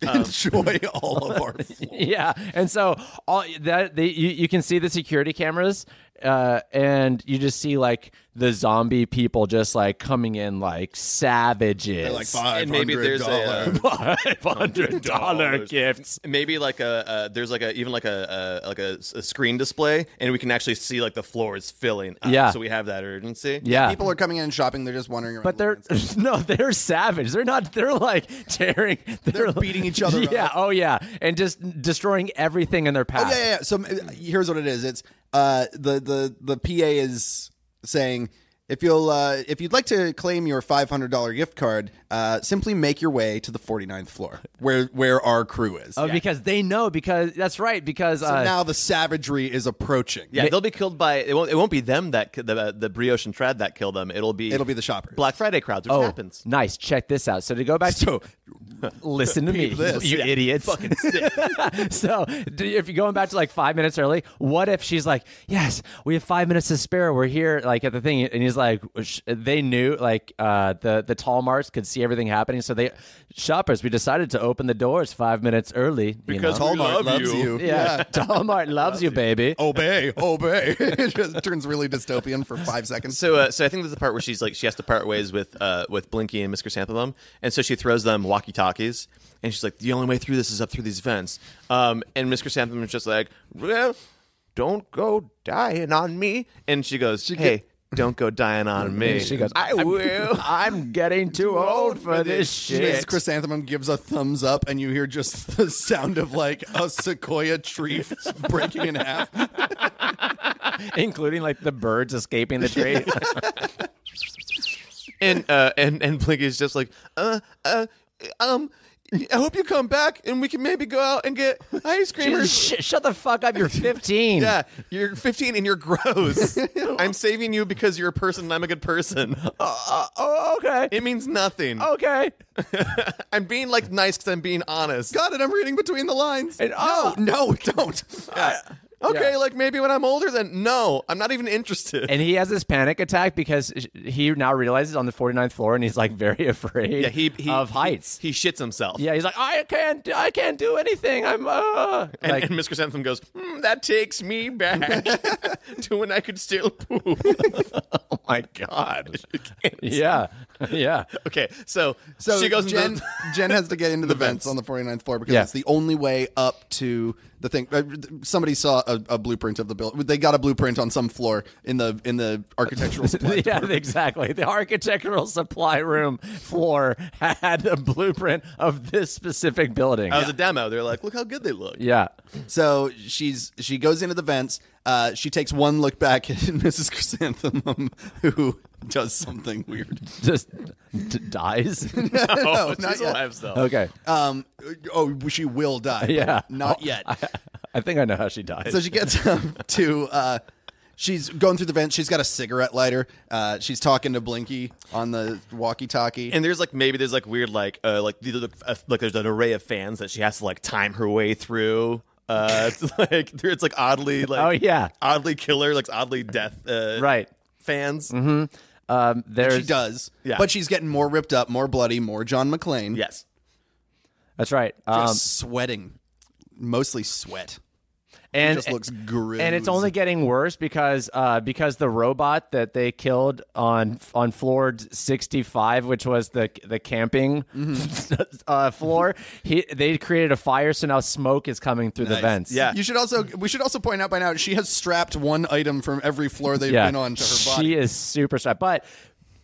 Speaker 2: Um,
Speaker 3: Enjoy all of our
Speaker 2: Yeah, and so all that they, you, you can see the security cameras uh, and you just see like the zombie people just like coming in like savages.
Speaker 3: They're like five
Speaker 4: And maybe
Speaker 3: hundred
Speaker 4: there's a, uh,
Speaker 3: dollars.
Speaker 2: five hundred dollar
Speaker 4: Dollars.
Speaker 2: gifts.
Speaker 4: Maybe like a uh, there's like a even like a uh, like a, s- a screen display, and we can actually see like the floor is filling. Up,
Speaker 2: Yeah.
Speaker 4: so we have that urgency.
Speaker 2: Yeah,
Speaker 3: People are coming in and shopping. They're just wandering around.
Speaker 2: uh, But they're no, they're savage. They're not. They're like tearing. They're,
Speaker 3: beating each other
Speaker 2: Yeah.
Speaker 3: up.
Speaker 2: Oh yeah, and just destroying everything in their path.
Speaker 3: Oh yeah, yeah. yeah. So uh, here's what it is. It's uh, the the the PA is saying if you'll uh, if you'd like to claim your five hundred dollar gift card, uh, simply make your way to the 49th floor where where our crew is.
Speaker 2: Oh, because they know. Because that's right. Because
Speaker 3: So
Speaker 2: uh,
Speaker 3: now the savagery is approaching.
Speaker 4: Yeah, they'll be killed by it. Won't it won't be them that ki- the uh, the brioche and trad that kill them? It'll be
Speaker 3: It'll be the shoppers.
Speaker 4: Black Friday crowds, which
Speaker 2: oh,
Speaker 4: happens.
Speaker 2: nice. Check this out. So to go back.
Speaker 3: So
Speaker 2: to, listen to me,
Speaker 3: this.
Speaker 2: you idiots. Fucking sick. so do, if you're going back to like five minutes early, what if she's like, "Yes, we have five minutes to spare. We're here, like at the thing," and he's like, sh- "They knew, like uh, the the tall marks could see everything happening, so they shoppers. We decided to open the doors five minutes early
Speaker 4: Because
Speaker 2: you know?
Speaker 4: we
Speaker 3: Walmart
Speaker 4: love
Speaker 3: loves
Speaker 4: you.
Speaker 3: you.
Speaker 2: yeah, Walmart loves you, baby.
Speaker 3: Oh. Obey, obey. it just turns really dystopian for five seconds.
Speaker 4: So, uh, so I think there's the part where she's like, she has to part ways with uh, with Blinky and Mr. Samplemum, and so she throws them walkie talkies, and she's like, the only way through this is up through these vents. Um, and Mr. Samplemum is just like, well,
Speaker 5: Don't go dying on me.
Speaker 4: and she goes, hey, don't go dying on me.
Speaker 2: She goes,
Speaker 5: I will.
Speaker 2: I'm getting too old for this
Speaker 3: Miss
Speaker 2: shit.
Speaker 3: Chrysanthemum gives a thumbs up, and you hear just the sound of like a sequoia tree breaking in half.
Speaker 2: Including like the birds escaping the tree.
Speaker 4: and uh, and and Blinky's just like, uh, uh, um. I hope you come back and we can maybe go out and get ice cream. or-
Speaker 2: Jesus, sh- shut the fuck up. You're 15.
Speaker 4: Yeah, you're 15 and you're gross. I'm saving you because you're a person and I'm a good person.
Speaker 2: Oh, okay.
Speaker 4: It means nothing.
Speaker 3: Oh.
Speaker 2: okay.
Speaker 4: I'm being like nice because I'm being honest.
Speaker 3: Got it. I'm reading between the lines. Ah.
Speaker 2: And- oh.
Speaker 3: No, no, don't.
Speaker 4: Okay,
Speaker 2: Yeah.
Speaker 4: like maybe when I'm older, then no, I'm not even interested.
Speaker 2: And he has this panic attack because sh- he now realizes on the 49th floor and he's like very afraid of heights.
Speaker 4: He, shits himself.
Speaker 2: yeah, he's like, I can't, I can't do anything. I'm, uh.
Speaker 4: And,
Speaker 2: like,
Speaker 4: and Mr. Santham goes, "Hmm, that takes me back to when I could still poop.
Speaker 2: oh my God.
Speaker 4: I can't.
Speaker 2: Yeah. Yeah.
Speaker 4: Okay, so,
Speaker 3: So
Speaker 4: she goes
Speaker 3: Jen,
Speaker 4: into
Speaker 3: Jen has to get into the, vents.
Speaker 4: vents.
Speaker 3: on the 49th floor because
Speaker 2: Yeah.
Speaker 3: it's the only way up to the thing. Uh, Somebody saw a, a blueprint of the building. They got a blueprint on some floor in the in the architectural. supply
Speaker 2: yeah, exactly. The architectural supply room floor had a blueprint of this specific building.
Speaker 4: that was a demo. They're like, look how good they look.
Speaker 2: yeah.
Speaker 3: So she's she goes into the vents. Uh, she takes one look back at Mrs. Chrysanthemum, who does something weird.
Speaker 2: Just d- dies.
Speaker 4: Oh,
Speaker 3: not
Speaker 4: she's
Speaker 3: yet.
Speaker 4: alive still.
Speaker 2: okay.
Speaker 3: Um, oh, she will die. but
Speaker 2: Yeah.
Speaker 3: not yet.
Speaker 2: I think I know how she dies.
Speaker 3: So she gets up to. Uh, she's going through the vents. She's got a cigarette lighter. Uh, she's talking to Blinky on the walkie-talkie.
Speaker 4: and there's like maybe there's like weird like uh like these are the- uh, like there's an array of fans that she has to like time her way through uh it's like there- it's like oddly like
Speaker 2: Oh, yeah.
Speaker 4: oddly killer like oddly death uh
Speaker 2: right.
Speaker 4: fans
Speaker 2: Um, there's
Speaker 3: she does.
Speaker 4: Yeah.
Speaker 3: But she's getting more ripped up, more bloody, more John McClane.
Speaker 4: yes
Speaker 2: That's right. Um,
Speaker 3: Just sweating, mostly sweat.
Speaker 2: and
Speaker 3: just looks gruesome.
Speaker 2: And it's only getting worse because uh, because the robot that they killed on on floor 65, which was the the camping
Speaker 3: Mm-hmm.
Speaker 2: uh, floor, he they created a fire, so now smoke is coming through the
Speaker 3: Nice.
Speaker 2: vents.
Speaker 4: Yeah.
Speaker 3: You should also we should also point out by now she has strapped one item from every floor they've
Speaker 2: yeah.
Speaker 3: been on to her body.
Speaker 2: She is super strapped. But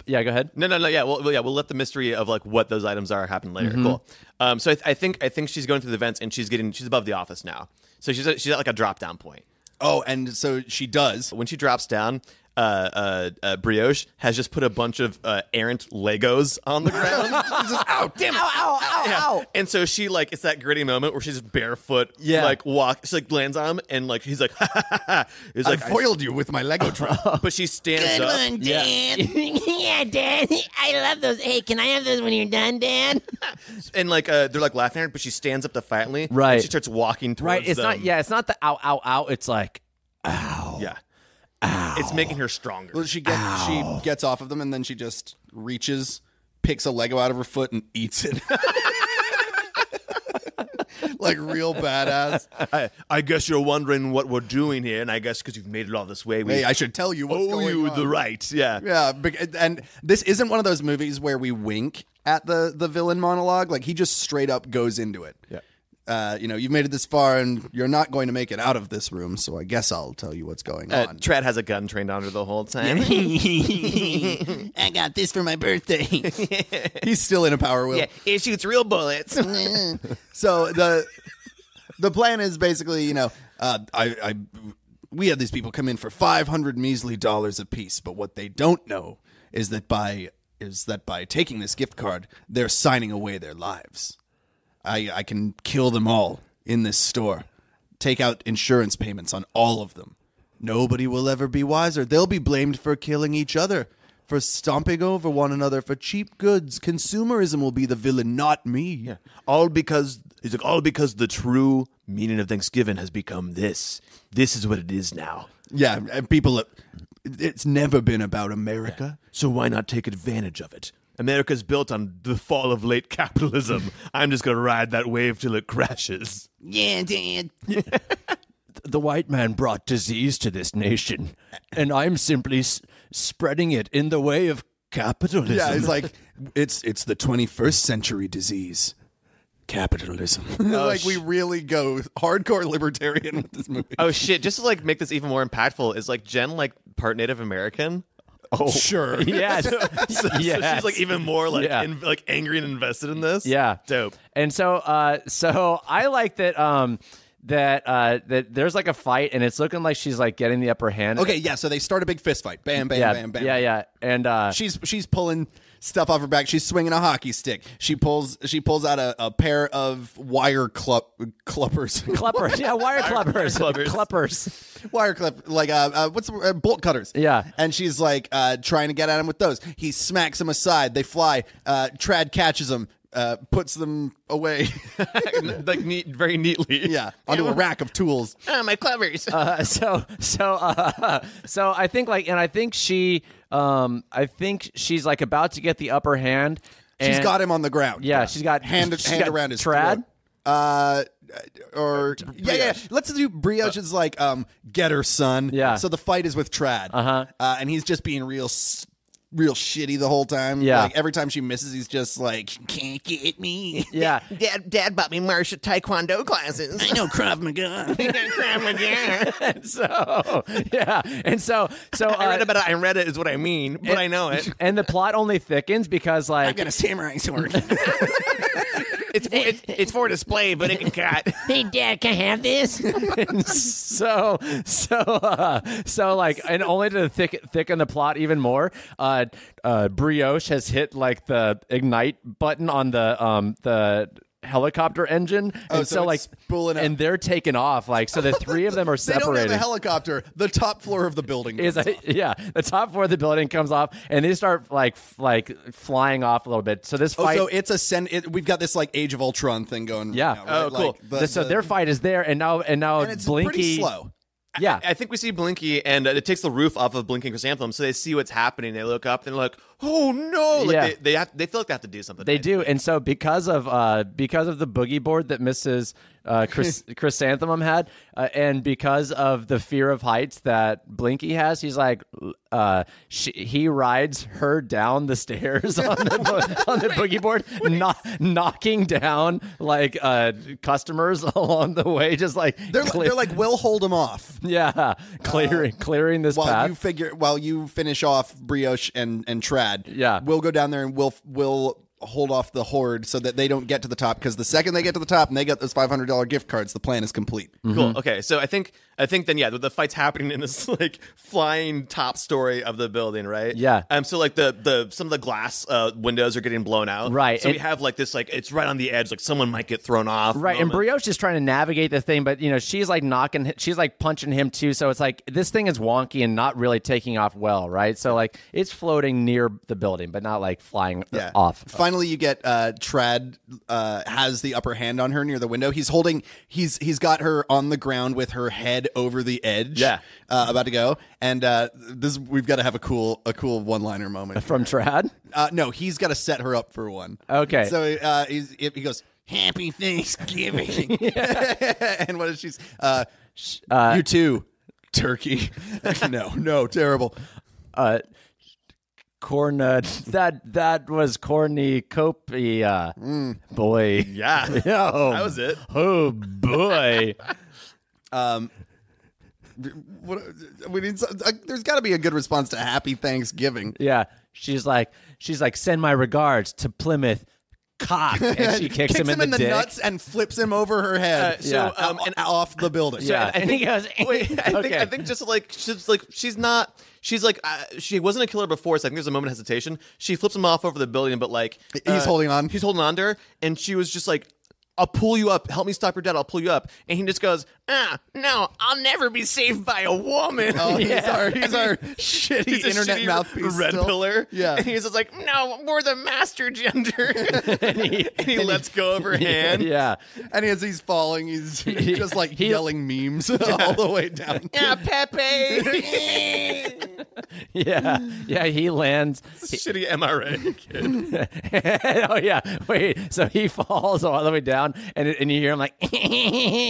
Speaker 2: yeah, go ahead.
Speaker 4: no no no yeah well well, yeah we'll let the mystery of like what those items are happen later
Speaker 2: Mm-hmm.
Speaker 4: cool um so I, th- I think i think she's going through the vents and she's getting she's above the office now so she's at, she's at like a drop down point
Speaker 3: oh, and so she does.
Speaker 4: when she drops down uh, uh, uh, Brioche has just put a bunch of uh, errant Legos on the ground. She's just, ow, damn it. Ow, ow, ow, ow. And so she, like, it's that gritty moment where she's barefoot,
Speaker 2: Yeah.
Speaker 4: like, walk. She, like, lands on him, and, like, he's like, ha, ha, ha, ha. He's like,
Speaker 3: I foiled you with my Lego
Speaker 2: Oh.
Speaker 3: truck.
Speaker 4: but she stands
Speaker 6: Good
Speaker 4: up.
Speaker 6: one, Dan. Yeah. Dan. I love those. Hey, can I have those when you're done, Dan?
Speaker 4: And, like, uh, they're, like, laughing at her, but she stands up defiantly.
Speaker 2: Right.
Speaker 4: And she starts walking towards
Speaker 2: Right. It's not.
Speaker 4: them.
Speaker 2: Yeah. It's not the ow ow ow. It's like
Speaker 4: Yeah. It's making her stronger.
Speaker 3: well, she gets she gets off of them and then she just reaches, picks a Lego out of her foot and eats it. like real badass.
Speaker 4: I, I guess you're wondering what we're doing here, and I guess because you've made it all this way, we
Speaker 3: Hey, I should tell you what's
Speaker 4: owe
Speaker 3: going
Speaker 4: you
Speaker 3: on.
Speaker 4: the right. Yeah.
Speaker 3: Yeah, bec- and this isn't one of those movies where we wink at the the villain monologue. Like he just straight up goes into it. Yeah. Uh, you know, you've made it this far, and you're not going to make it out of this room. So I guess I'll tell you what's going
Speaker 4: Uh,
Speaker 3: on.
Speaker 4: Trad has a gun trained on her the whole time.
Speaker 6: I got this for my birthday.
Speaker 3: He's still in a power wheel.
Speaker 5: Yeah, it shoots real bullets.
Speaker 3: So the the plan is basically, you know, uh, I, I we had these people come in for five hundred measly dollars apiece, but what they don't know is that by is that by taking this gift card, they're signing away their lives. I I can kill them all in this store. Take out insurance payments on all of them. Nobody will ever be wiser. They'll be blamed for killing each other, for stomping over one another, for cheap goods. Consumerism will be the villain, not me.
Speaker 4: all because he's like all because the true meaning of Thanksgiving has become this. This is what it is now.
Speaker 3: Yeah, and people. uh, It's never been about America.
Speaker 4: So why not take advantage of it? America's built on the fall of late capitalism. I'm just gonna ride that wave till it crashes.
Speaker 6: yeah, Dad.
Speaker 2: the white man brought disease to this nation, and I'm simply s- spreading it in the way of capitalism.
Speaker 3: Yeah, it's like it's it's the 21st century disease, capitalism. like we really go hardcore libertarian with this movie.
Speaker 4: Oh shit! Just to like make this even more impactful, is like Jen like part Native American?
Speaker 3: Oh, sure.
Speaker 2: yes, yes.
Speaker 4: So she's like even more like
Speaker 2: Yeah.
Speaker 4: in, like angry and invested in this.
Speaker 2: Yeah.
Speaker 4: dope.
Speaker 2: And so uh so I like that um that uh that there's like a fight and it's looking like she's like getting the upper hand.
Speaker 3: Okay, yeah. So they start a big fist fight. Bam, bam,
Speaker 2: Yeah.
Speaker 3: bam, bam.
Speaker 2: yeah, yeah. And uh
Speaker 3: She's she's pulling stuff off her back. She's swinging a hockey stick. She pulls she pulls out a, a pair of wire club cluppers.
Speaker 2: Cleppers, yeah, wire cleppers,
Speaker 4: cleppers.
Speaker 2: cleppers.
Speaker 3: wire clip, like uh, uh what's the, uh, bolt cutters.
Speaker 2: Yeah.
Speaker 3: and she's like uh, trying to get at him with those. He smacks them aside. They fly. Uh, Trad catches them, uh, puts them away.
Speaker 4: like neat, very neatly.
Speaker 3: yeah, onto a rack of tools.
Speaker 5: Ah, my clovers.
Speaker 2: Uh, so, so, uh, so I think like, and I think she, um, I think she's like about to get the upper hand. And
Speaker 3: She's got him on the ground.
Speaker 2: Yeah, she's got
Speaker 3: hand
Speaker 2: she's
Speaker 3: hand
Speaker 2: got
Speaker 3: around his
Speaker 2: trad. Uh,
Speaker 3: throat. Uh, or yeah, yeah. Let's do brioche is like um get her son.
Speaker 2: Yeah.
Speaker 3: So the fight is with Trad. Uh-huh. Uh And he's just being real, s- real shitty the whole time.
Speaker 2: Yeah.
Speaker 3: Like every time she misses, he's just like
Speaker 6: Can't get me.
Speaker 2: Yeah,
Speaker 5: Dad, Dad bought me martial taekwondo classes.
Speaker 6: I know Krav Maga.
Speaker 5: I
Speaker 2: and so yeah, and so so uh,
Speaker 5: read about it. I read it is what I mean, but I know it.
Speaker 2: and the plot only thickens because
Speaker 6: I
Speaker 2: like
Speaker 6: got a samurai sword.
Speaker 5: It's for, it's, it's for display, but it can cut.
Speaker 6: hey, Dad, can I have this?
Speaker 2: so so uh, so like and only to thick, thicken the plot even more uh, uh brioche has hit like the ignite button on the um the helicopter engine
Speaker 3: Oh,
Speaker 2: and
Speaker 3: so
Speaker 2: so,
Speaker 3: it's
Speaker 2: like
Speaker 3: spooling up.
Speaker 2: and they're taken off like so the three of them are
Speaker 3: They don't
Speaker 2: separated
Speaker 3: have a helicopter. The top floor of the building.
Speaker 2: is
Speaker 3: goes off.
Speaker 2: yeah the top floor of the building comes off and they start like f- like flying off a little bit so this
Speaker 3: oh,
Speaker 2: fight
Speaker 3: so it's a send. It, we've got this like Age of Ultron thing going.
Speaker 2: yeah
Speaker 3: Right now, right?
Speaker 4: Oh, cool.
Speaker 3: Like, the-
Speaker 2: The- so
Speaker 3: the-
Speaker 2: their fight is there and now and now
Speaker 3: and it's
Speaker 2: blinky
Speaker 3: pretty slow.
Speaker 2: yeah
Speaker 4: I think we see Blinky, and uh, it takes the roof off of Blinky and Chrysanthemum, so they see what's happening. They look up and they're like, "Oh no!" Like,
Speaker 2: Yeah.
Speaker 4: they they, have, they feel like they have to do something.
Speaker 2: They do, and so because of uh, because of the boogie board that Mrs. Uh, Chris, Chrysanthemum had, uh, and because of the fear of heights that Blinky has, he's like, uh, she, he rides her down the stairs on the bo- on the boogie board, kno- knocking down like uh, customers along the way, just like
Speaker 3: They're,
Speaker 2: cle-
Speaker 3: they're like, we'll hold them off
Speaker 2: yeah, clearing clearing this
Speaker 3: while
Speaker 2: path.
Speaker 3: you figure while you finish off brioche and and trad.
Speaker 2: Yeah.
Speaker 3: we'll go down there and we'll we'll hold off the horde so that they don't get to the top. Because the second they get to the top and they get those five hundred dollar gift cards, the plan is complete.
Speaker 5: Mm-hmm.
Speaker 4: Cool. Okay, so I think I think then yeah, the, the fight's happening in this like flying top story of the building, right?
Speaker 2: Yeah.
Speaker 4: Um. So like the the some of the glass uh, windows are getting blown out,
Speaker 2: Right,
Speaker 4: So we
Speaker 2: and-
Speaker 4: have like this like it's right on the edge, like someone might get thrown off,
Speaker 2: Right, and
Speaker 4: moment.
Speaker 2: Brioche is trying to navigate the thing, but you know she's like knocking, she's like punching him too. So it's like this thing is wonky and not really taking off well, right? So like it's floating near the building, but not like flying uh,
Speaker 3: Yeah.
Speaker 2: off.
Speaker 3: Finally, you get uh, Trad uh, has the upper hand on her near the window. He's holding. He's he's got her on the ground with her head over the edge.
Speaker 4: Yeah.
Speaker 3: uh, about to go. And uh, this we've got to have a cool a cool one liner moment.
Speaker 2: From Trad,
Speaker 3: Uh, no, he's got to set her up for one.
Speaker 2: Okay.
Speaker 3: So uh, he's, he goes,
Speaker 6: Happy Thanksgiving.
Speaker 3: and what is she's uh, sh-
Speaker 2: Uh,
Speaker 3: you too turkey no no terrible
Speaker 2: uh corn uh, that that was corny copy uh boy
Speaker 4: Mm. Yeah.
Speaker 2: Yo.
Speaker 4: That was it.
Speaker 2: oh boy
Speaker 3: um what, we need some, uh, there's got to be a good response to happy thanksgiving
Speaker 2: yeah she's like she's like send my regards to plymouth cock and she kicks, him, in, the, dick.
Speaker 3: nuts and flips him over her head
Speaker 4: Uh, so,
Speaker 3: yeah.
Speaker 4: um,
Speaker 3: and off the building
Speaker 2: yeah
Speaker 4: I
Speaker 1: And he goes,
Speaker 4: Wait, I think
Speaker 2: Okay.
Speaker 4: I think just like she's like she's not she's like uh, she wasn't a killer before. So I think there's a moment of hesitation. She flips him off over the building, but like uh,
Speaker 3: He's holding on.
Speaker 4: He's holding on to her, and she was just like, "I'll pull you up. Help me stop your dad. I'll pull you up." And he just goes, "Ah, no, I'll never be saved by a woman."
Speaker 3: Oh, he's our he's our shitty
Speaker 4: He's a
Speaker 3: internet
Speaker 4: shitty
Speaker 3: mouthpiece.
Speaker 4: red
Speaker 3: still.
Speaker 4: pillar.
Speaker 3: Yeah.
Speaker 4: and he's just like, "No, we're the master gender." and he, lets go of her hand.
Speaker 2: yeah
Speaker 3: And as he's falling, he's just like yelling memes all the way down.
Speaker 4: "Ah, Pepe,
Speaker 2: yeah yeah he lands
Speaker 4: shitty MRA kid.
Speaker 2: oh yeah wait so he falls all the way down and, and you hear him like,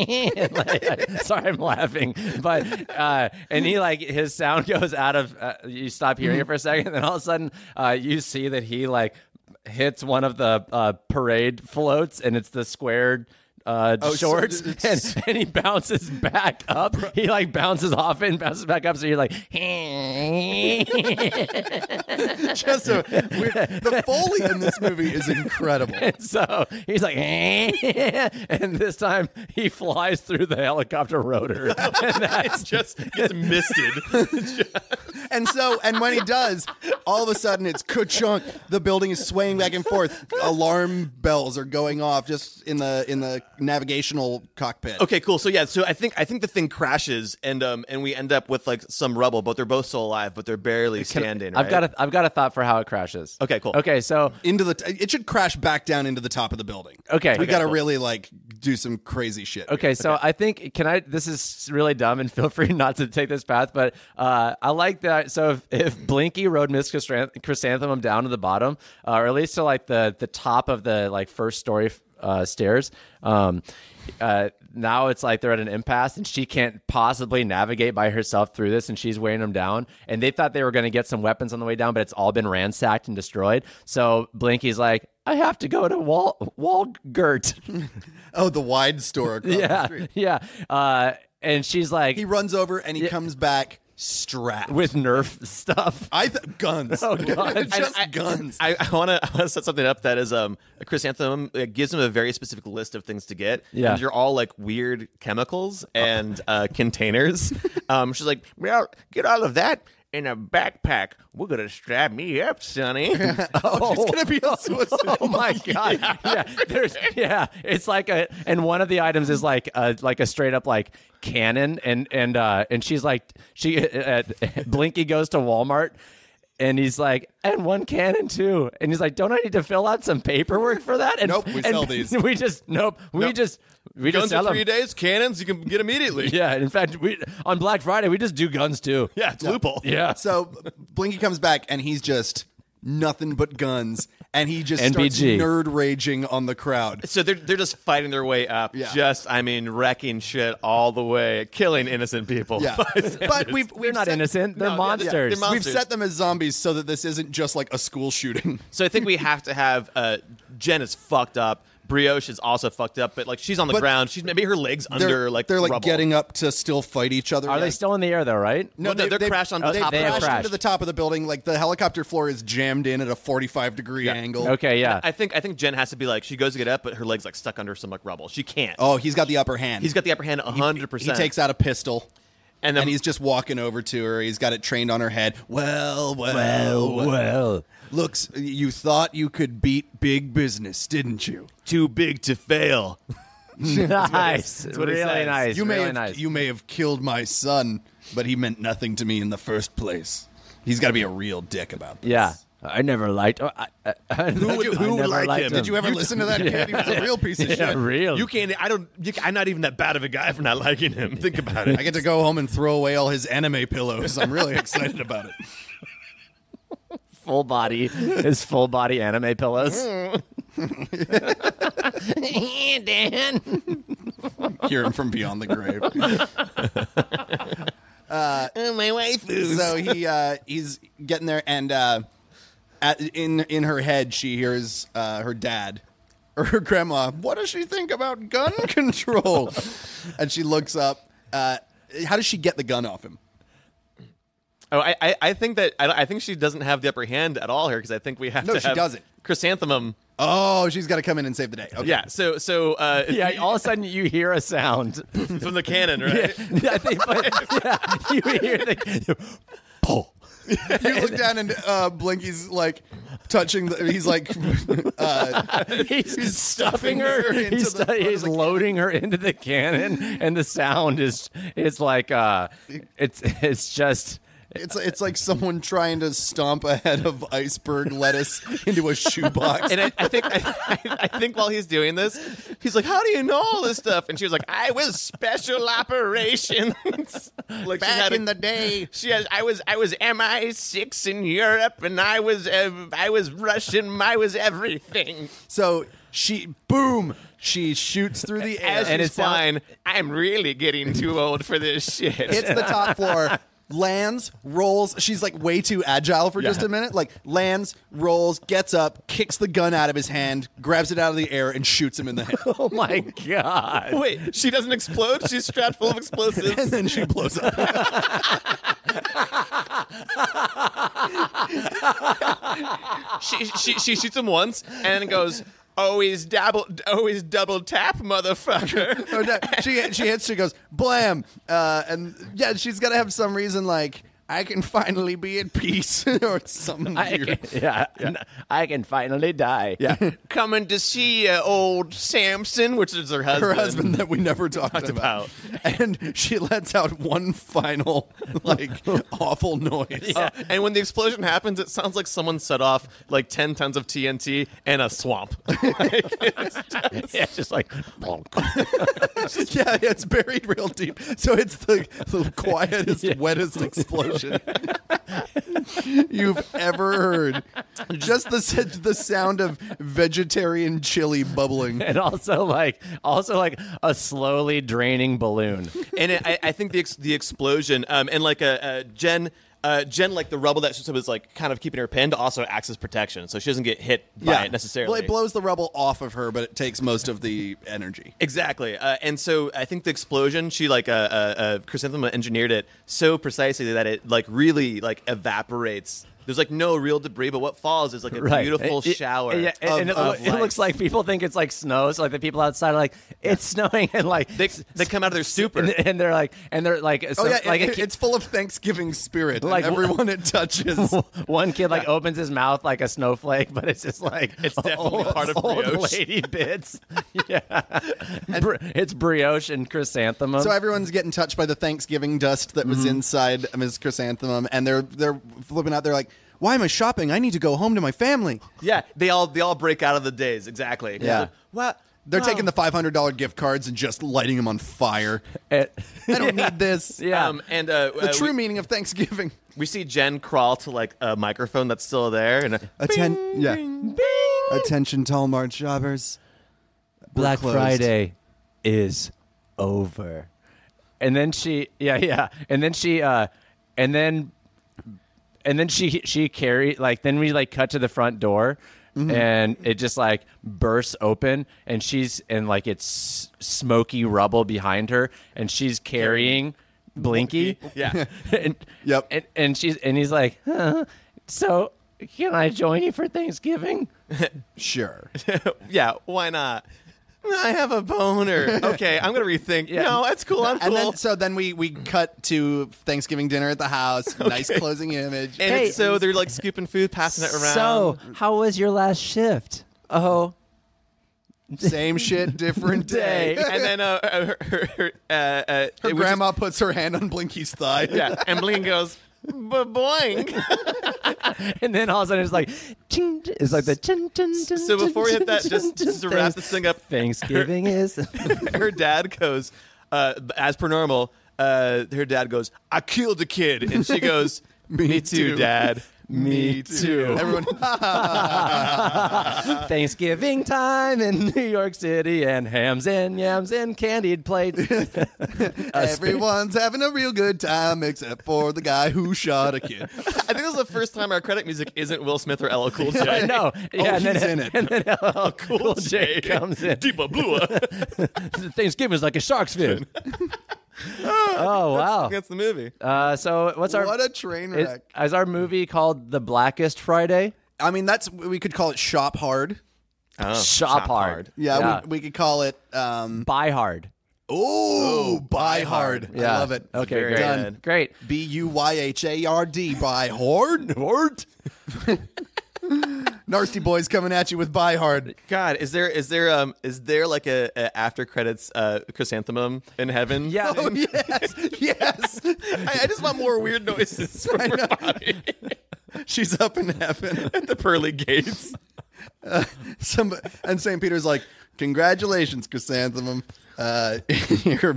Speaker 2: like, sorry i'm laughing but uh, and he like his sound goes out of uh, you stop hearing
Speaker 3: Mm-hmm.
Speaker 2: it for a second then all of a sudden uh, you see that he like hits one of the uh, parade floats and it's the squared uh,
Speaker 3: Oh, so
Speaker 2: shorts
Speaker 3: it's-
Speaker 2: and, and he bounces back up. He like bounces off it and bounces back up. So you're like,
Speaker 3: Just a, weird- the foley in this movie is incredible.
Speaker 2: And so he's like, and this time he flies through the helicopter rotor. And that's
Speaker 4: Just gets misted.
Speaker 3: And so, and when he does, all of a sudden it's ka-chunk. The building is swaying back and forth. Alarm bells are going off just in the in the navigational cockpit.
Speaker 4: Okay, cool. So yeah, so I think I think the thing crashes and um and we end up with like some rubble, but they're both still alive, but they're barely standing.
Speaker 2: I've
Speaker 4: right?
Speaker 2: got a I've got a thought for how it crashes.
Speaker 4: Okay, cool.
Speaker 2: Okay, so
Speaker 3: Into the t- it should crash back down into the top of the building.
Speaker 2: okay.
Speaker 3: We got to
Speaker 4: cool.
Speaker 3: really like do some crazy shit.
Speaker 2: Okay, so I think can I? This is really dumb, and feel free not to take this path. But uh, I like that. So if, if Blinky rode Miss Chrysan- Chrysanthemum down to the bottom, uh, or at least to like the the top of the like first story uh, stairs, um, uh, now it's like they're at an impasse, and she can't possibly navigate by herself through this, and she's weighing them down. And they thought they were going to get some weapons on the way down, but it's all been ransacked and destroyed. So Blinky's like. I have to go to Wal Walgert.
Speaker 3: Oh, the wide store. Across The
Speaker 2: Yeah,
Speaker 3: street.
Speaker 2: yeah. Uh, and she's like
Speaker 3: He runs over and he comes back strapped
Speaker 2: with Nerf stuff.
Speaker 3: I th- guns.
Speaker 2: Oh, God.
Speaker 3: just
Speaker 4: I- I-
Speaker 3: guns.
Speaker 4: I, I want to I wanna set something up that is um Chris Anthem uh, gives him a very specific list of things to get.
Speaker 2: Yeah.
Speaker 4: and you're all like weird chemicals and uh, containers. Um, she's like,
Speaker 5: Well, get all of that in a backpack. We're gonna strap me up, Sonny.
Speaker 3: oh, she's gonna be a suicide.
Speaker 2: Oh my god! Yeah. there's yeah. It's like a and one of the items is like a like a straight up like cannon and and uh and she's like she uh, Blinky goes to Walmart and he's like and one cannon too and he's like don't I need to fill out some paperwork for that? And,
Speaker 3: Nope, we
Speaker 2: and
Speaker 3: sell these.
Speaker 2: We just nope. We
Speaker 4: Nope.
Speaker 2: just we just
Speaker 4: guns
Speaker 2: sell
Speaker 4: in three
Speaker 2: them.
Speaker 4: days, cannons you can get immediately.
Speaker 2: Yeah. In fact, we on Black Friday we just do guns too.
Speaker 4: Yeah, it's loophole.
Speaker 2: Yeah.
Speaker 3: So Blinky comes back and he's just nothing but guns, and he just starts
Speaker 2: NBG.
Speaker 3: nerd raging on the crowd.
Speaker 4: So they're they're just fighting their way up.
Speaker 3: Yeah.
Speaker 4: Just I mean, wrecking shit all the way, killing innocent people.
Speaker 3: Yeah, but we've we're
Speaker 2: They're not innocent. They're
Speaker 4: No, yeah, yeah,
Speaker 2: monsters.
Speaker 4: they're mon-
Speaker 3: We've set them as zombies so that this isn't just like a school shooting.
Speaker 4: So I think we have to have uh, Jen is fucked up. Brioche is also fucked up, but like she's on the
Speaker 3: But
Speaker 4: ground. She's maybe her legs
Speaker 3: They're
Speaker 4: under like
Speaker 3: they're like
Speaker 4: rubble.
Speaker 3: getting up to still fight each other.
Speaker 2: Are they still in the air though? Right?
Speaker 4: Well, no, they're crashed on the
Speaker 3: they
Speaker 4: top
Speaker 2: of the
Speaker 3: crashed
Speaker 2: building.
Speaker 3: into the top of the building. Like the helicopter floor is jammed in at a forty-five degree angle.
Speaker 2: Okay. Yeah.
Speaker 4: I think I think Jen has to be like she goes to get up, but her legs like stuck under some like rubble. She can't.
Speaker 3: Oh, he's got the upper hand.
Speaker 4: he's got the upper hand hundred
Speaker 3: He
Speaker 4: percent.
Speaker 3: takes out a pistol.
Speaker 4: and then
Speaker 3: And he's just walking over to her. He's got it trained on her head. Well, well,
Speaker 2: well,
Speaker 3: well.
Speaker 2: well.
Speaker 3: Looks, you thought you could beat big business, didn't you?
Speaker 4: too big to fail.
Speaker 2: Nice.
Speaker 4: what he
Speaker 2: really
Speaker 4: says.
Speaker 2: nice.
Speaker 3: You may
Speaker 2: really
Speaker 3: have,
Speaker 2: nice.
Speaker 3: you may have killed my son, but he meant nothing to me in the first place. He's got to be a real dick about this.
Speaker 2: yeah. I never liked. Oh, I, I, who
Speaker 4: would- who would like him?
Speaker 3: Did you ever listen to that kid? He was a real piece of
Speaker 2: Yeah,
Speaker 3: shit.
Speaker 2: real.
Speaker 4: You can't. I don't. You, I'm not even that bad of a guy for not liking him. Think about it.
Speaker 3: I get to go home and throw away all his anime pillows. I'm really excited about it. Mm.
Speaker 2: full body. His full body anime pillows.
Speaker 6: yeah, Dan.
Speaker 3: Hear him from beyond the grave.
Speaker 6: Oh, my waifu.
Speaker 3: so he uh, he's getting there, and uh, at, in in her head, she hears uh, her dad or her grandma. What does she think about gun control? and she looks up. Uh, how does she get the gun off him?
Speaker 4: Oh, I, I, I think that I, I think she doesn't have the upper hand at all here because I think we have
Speaker 3: No,
Speaker 4: to.
Speaker 3: she
Speaker 4: have
Speaker 3: doesn't.
Speaker 4: Chrysanthemum.
Speaker 3: Oh, she's got to come in and save the day. Okay.
Speaker 4: Yeah. So so uh,
Speaker 2: Yeah, all of a sudden you hear a sound.
Speaker 4: from the cannon, right?
Speaker 2: I think, but, yeah, you hear the pull.
Speaker 3: You look down and uh, Blinky's like touching. The, he's like, uh,
Speaker 2: He's,
Speaker 3: stuffing her into
Speaker 2: he's,
Speaker 3: the
Speaker 2: stu-
Speaker 3: front of
Speaker 2: he's
Speaker 3: the
Speaker 2: loading her into the cannon, and the sound is it's like uh, it's it's just
Speaker 3: it's it's like someone trying to stomp a head of iceberg lettuce into a shoebox.
Speaker 4: And I, I think I, I think while he's doing this, he's like, "How do you know all this stuff?" And she was like, "I was special operations like she had
Speaker 3: Back
Speaker 4: a-
Speaker 3: in the day,
Speaker 4: She has, I was I was MI six in Europe, and I was uh, I was Russian. I was everything.
Speaker 3: So she boom, she shoots through the air.
Speaker 4: As
Speaker 2: And
Speaker 4: and
Speaker 2: it
Speaker 4: it's
Speaker 2: sounds-
Speaker 4: fine. I'm really getting too old for this shit.
Speaker 3: hits the top floor, lands, rolls. She's like way too agile for just a minute. Like lands, rolls, gets up, kicks the gun out of his hand, grabs it out of the air, and shoots him in the head.
Speaker 2: oh my god!
Speaker 4: Wait, she doesn't explode. She's strapped full of
Speaker 3: and
Speaker 4: explosives.
Speaker 3: then she blows up.
Speaker 4: She she, she shoots him once and goes. Always double, always double tap, motherfucker.
Speaker 3: Or Oh, no, she she hits. She goes blam, uh, and yeah, she's gotta have some reason like. I can finally be at peace, or something.
Speaker 2: I
Speaker 3: weird.
Speaker 2: can, yeah, I can finally die. Yeah,
Speaker 4: Coming to see you, old Samson, which is her husband.
Speaker 3: her husband that we never talked, about. And she lets out one final, like, awful noise.
Speaker 4: Uh, and when the explosion happens, it sounds like someone set off like 10 tons of TNT and a swamp.
Speaker 2: yeah, it's just like
Speaker 3: yeah, it's buried real deep. So it's the, the quietest,
Speaker 2: Yeah.
Speaker 3: wettest explosion you've ever heard. Just the s- the sound of vegetarian chili bubbling.
Speaker 2: and also like also like a slowly draining balloon.
Speaker 4: and it, I, I think the ex- the explosion um, and like a, a Jen. Uh, Jen, like the rubble that she was like kind of keeping her pinned, also acts as protection, so she doesn't get hit by it necessarily.
Speaker 3: Well, it blows the rubble off of her, but it takes most of the energy.
Speaker 4: Exactly, uh, and so I think the explosion. She like uh, uh, uh, Chrysanthemum engineered it so precisely that it like really like evaporates. There's like no real debris, but what falls is like a beautiful
Speaker 2: It- it-
Speaker 4: shower.
Speaker 2: yeah, and, and it,
Speaker 4: of-
Speaker 2: loo-
Speaker 4: of
Speaker 2: it
Speaker 4: light.
Speaker 2: looks like people think it's like snow. So like the people outside are like, it's snowing, and like
Speaker 4: they, they come out of their super.
Speaker 2: and, and they're like and they're like so,
Speaker 3: oh, yeah,
Speaker 2: like a
Speaker 3: it,
Speaker 2: ki-
Speaker 3: it's full of Thanksgiving spirit.
Speaker 2: Like,
Speaker 3: Like everyone it touches.
Speaker 2: one kid like opens his mouth like a snowflake, but it's just like it's
Speaker 4: definitely
Speaker 2: old,
Speaker 4: part of
Speaker 2: old
Speaker 4: brioche.
Speaker 2: lady bits. yeah, Br- it's brioche and chrysanthemum.
Speaker 3: So everyone's getting touched by the Thanksgiving dust that was inside Ms. Chrysanthemum, and they're they're flipping out. They're like, "Why am I shopping? I need to go home to my family."
Speaker 4: yeah, they all they all break out of the days. Exactly.
Speaker 3: Yeah.
Speaker 4: What?
Speaker 3: They're
Speaker 4: Wow.
Speaker 3: taking the five hundred dollar gift cards and just lighting them on fire.
Speaker 2: It-
Speaker 3: I don't need this.
Speaker 2: yeah.
Speaker 4: Um, and uh,
Speaker 3: The
Speaker 4: uh,
Speaker 3: true
Speaker 4: we,
Speaker 3: meaning of Thanksgiving.
Speaker 4: we see Jen crawl to like a microphone that's still there, and uh,
Speaker 3: Atten- yeah. Attention, Talmart shoppers. We're
Speaker 2: Black
Speaker 3: closed.
Speaker 2: Friday is over. And then she yeah, yeah. And then she uh and then and then she she carry like then we like cut to the front door and it just like bursts open and she's and like it's smoky rubble behind her and she's carrying Blinky.
Speaker 4: yeah,
Speaker 2: and,
Speaker 3: Yep.
Speaker 2: And, and she's and he's like, huh, "So, can I join you for Thanksgiving?"
Speaker 3: Sure.
Speaker 4: yeah. Why not? I have a boner. Okay, I'm gonna rethink.
Speaker 2: Yeah.
Speaker 4: No, that's cool. I'm cool.
Speaker 3: And then so then we we cut to Thanksgiving dinner at the house. Nice closing image.
Speaker 4: And
Speaker 2: Hey.
Speaker 4: so they're like scooping food, passing it around.
Speaker 2: So, how was your last shift? Oh,
Speaker 3: Same shit, different day.
Speaker 4: and then uh, uh, her, her, her, uh, uh,
Speaker 3: Her
Speaker 4: it was
Speaker 3: grandma puts her hand on Blinky's thigh.
Speaker 4: just- yeah, and Bling goes, boing.
Speaker 2: and then all of a sudden it's like, ching, it's like the chin, chin, chin,
Speaker 4: So before we hit that,
Speaker 2: chin,
Speaker 4: just,
Speaker 2: chin,
Speaker 4: just to
Speaker 2: chin,
Speaker 4: wrap this thing up,
Speaker 2: Thanksgiving is.
Speaker 4: her dad goes, uh, as per normal, uh, her dad goes, I killed a kid. And she goes, Me, too,
Speaker 3: too."
Speaker 4: dad.
Speaker 2: Me too.
Speaker 3: Everyone,
Speaker 2: Thanksgiving time in New York City and hams and yams and candied plates.
Speaker 3: everyone's having a real good time except for the guy who shot a kid.
Speaker 4: I think this is the first time our credit music isn't Will Smith or LL Cool
Speaker 2: I
Speaker 4: J.
Speaker 2: know. Yeah, and
Speaker 3: he's
Speaker 2: then,
Speaker 3: in it.
Speaker 2: And then LL Cool,
Speaker 4: Cool
Speaker 2: J, comes in.
Speaker 4: Deepa Blua.
Speaker 2: Thanksgiving's like a shark's fin. oh wow!
Speaker 4: That's the movie.
Speaker 2: Uh, so what's our
Speaker 3: What a train
Speaker 2: is,
Speaker 3: wreck!
Speaker 2: is our movie called The Blackest Friday?
Speaker 3: I mean, that's we could call it shop hard.
Speaker 4: Oh,
Speaker 2: Shop, hard.
Speaker 3: Yeah,
Speaker 2: Yeah.
Speaker 3: We, we could call it. um
Speaker 2: Buy hard.
Speaker 3: Oh, buy hard.
Speaker 2: Yeah.
Speaker 3: I love it.
Speaker 2: Okay,
Speaker 4: Very
Speaker 2: great.
Speaker 4: good.
Speaker 2: Great.
Speaker 3: B U Y H A R D. Buy hard. Hard. Nasty boys coming at you with buy hard.
Speaker 4: God, is there is there um is there like a, a after credits uh chrysanthemum in heaven?
Speaker 2: Yeah.
Speaker 3: Oh yes, yes.
Speaker 4: I, I just want more weird noises from her body.
Speaker 3: She's up in heaven.
Speaker 4: At the pearly gates.
Speaker 3: Some and Saint Peter's like, congratulations, chrysanthemum. Uh, you're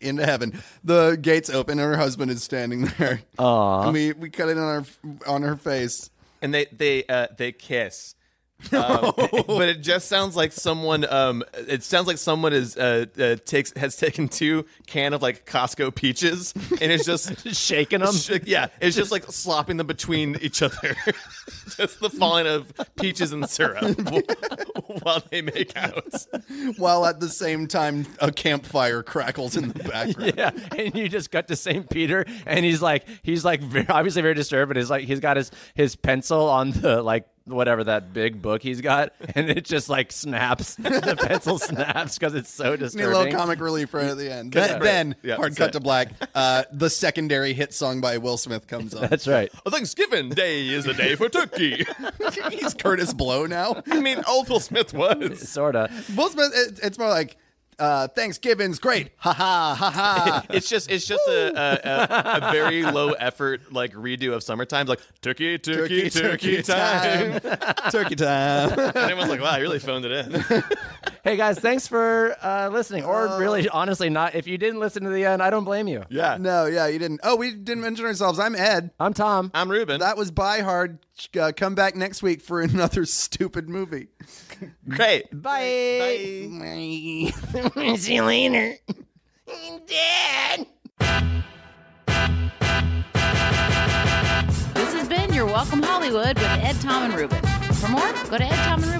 Speaker 3: into heaven. The gates open, and her husband is standing there. Aww. And we we cut it on her on her face.
Speaker 4: And they they uh they kiss. Um, but it just sounds like someone um it sounds like someone is uh, uh takes has taken two can of like Costco peaches and it's just
Speaker 2: Shaking them.
Speaker 4: Sh- yeah, it's just like slopping them between each other. just the falling of peaches and syrup wh- while they make out.
Speaker 3: While at the same time, a campfire crackles in the background.
Speaker 2: Yeah, and you just cut to St. Peter, and he's like, he's like very, obviously very disturbed, but he's like, he's got his his pencil on the like whatever that big book he's got, and it just like snaps. the pencil snaps because it's so
Speaker 3: Need a little
Speaker 2: disturbing.
Speaker 3: comic relief right at the end. Then, then
Speaker 4: Yeah,
Speaker 3: hard
Speaker 4: that's
Speaker 3: cut
Speaker 4: it.
Speaker 3: to black. Uh, the secondary hit song by Will Smith comes on.
Speaker 2: That's right.
Speaker 4: Oh, Thanksgiving Day is the day for turkey.
Speaker 3: He's Curtis Blow now.
Speaker 4: I mean, old Will Smith was.
Speaker 2: Sorta.
Speaker 3: Will Smith. It, it's more like uh, Thanksgiving's great. Ha ha ha ha.
Speaker 4: It's just, it's just a, a, a, a very low effort like redo of summertime, like turkey, turkey, turkey, time.
Speaker 3: turkey time.
Speaker 4: And everyone's like, wow, I really phoned it in.
Speaker 2: Hey guys, thanks for uh, listening. Or really, honestly, not if you didn't listen to the end, I don't blame you.
Speaker 4: Yeah,
Speaker 3: no, yeah, you didn't. Oh, we didn't mention ourselves. I'm Ed.
Speaker 2: I'm Tom.
Speaker 4: I'm Ruben.
Speaker 3: That was by hard. Uh, come back next week for another stupid movie.
Speaker 4: Great.
Speaker 2: Bye.
Speaker 6: See you later. Dad!
Speaker 1: This has been Your Welcome Hollywood with Ed, Tom, and Ruben. For more, go to edtomandruben.com.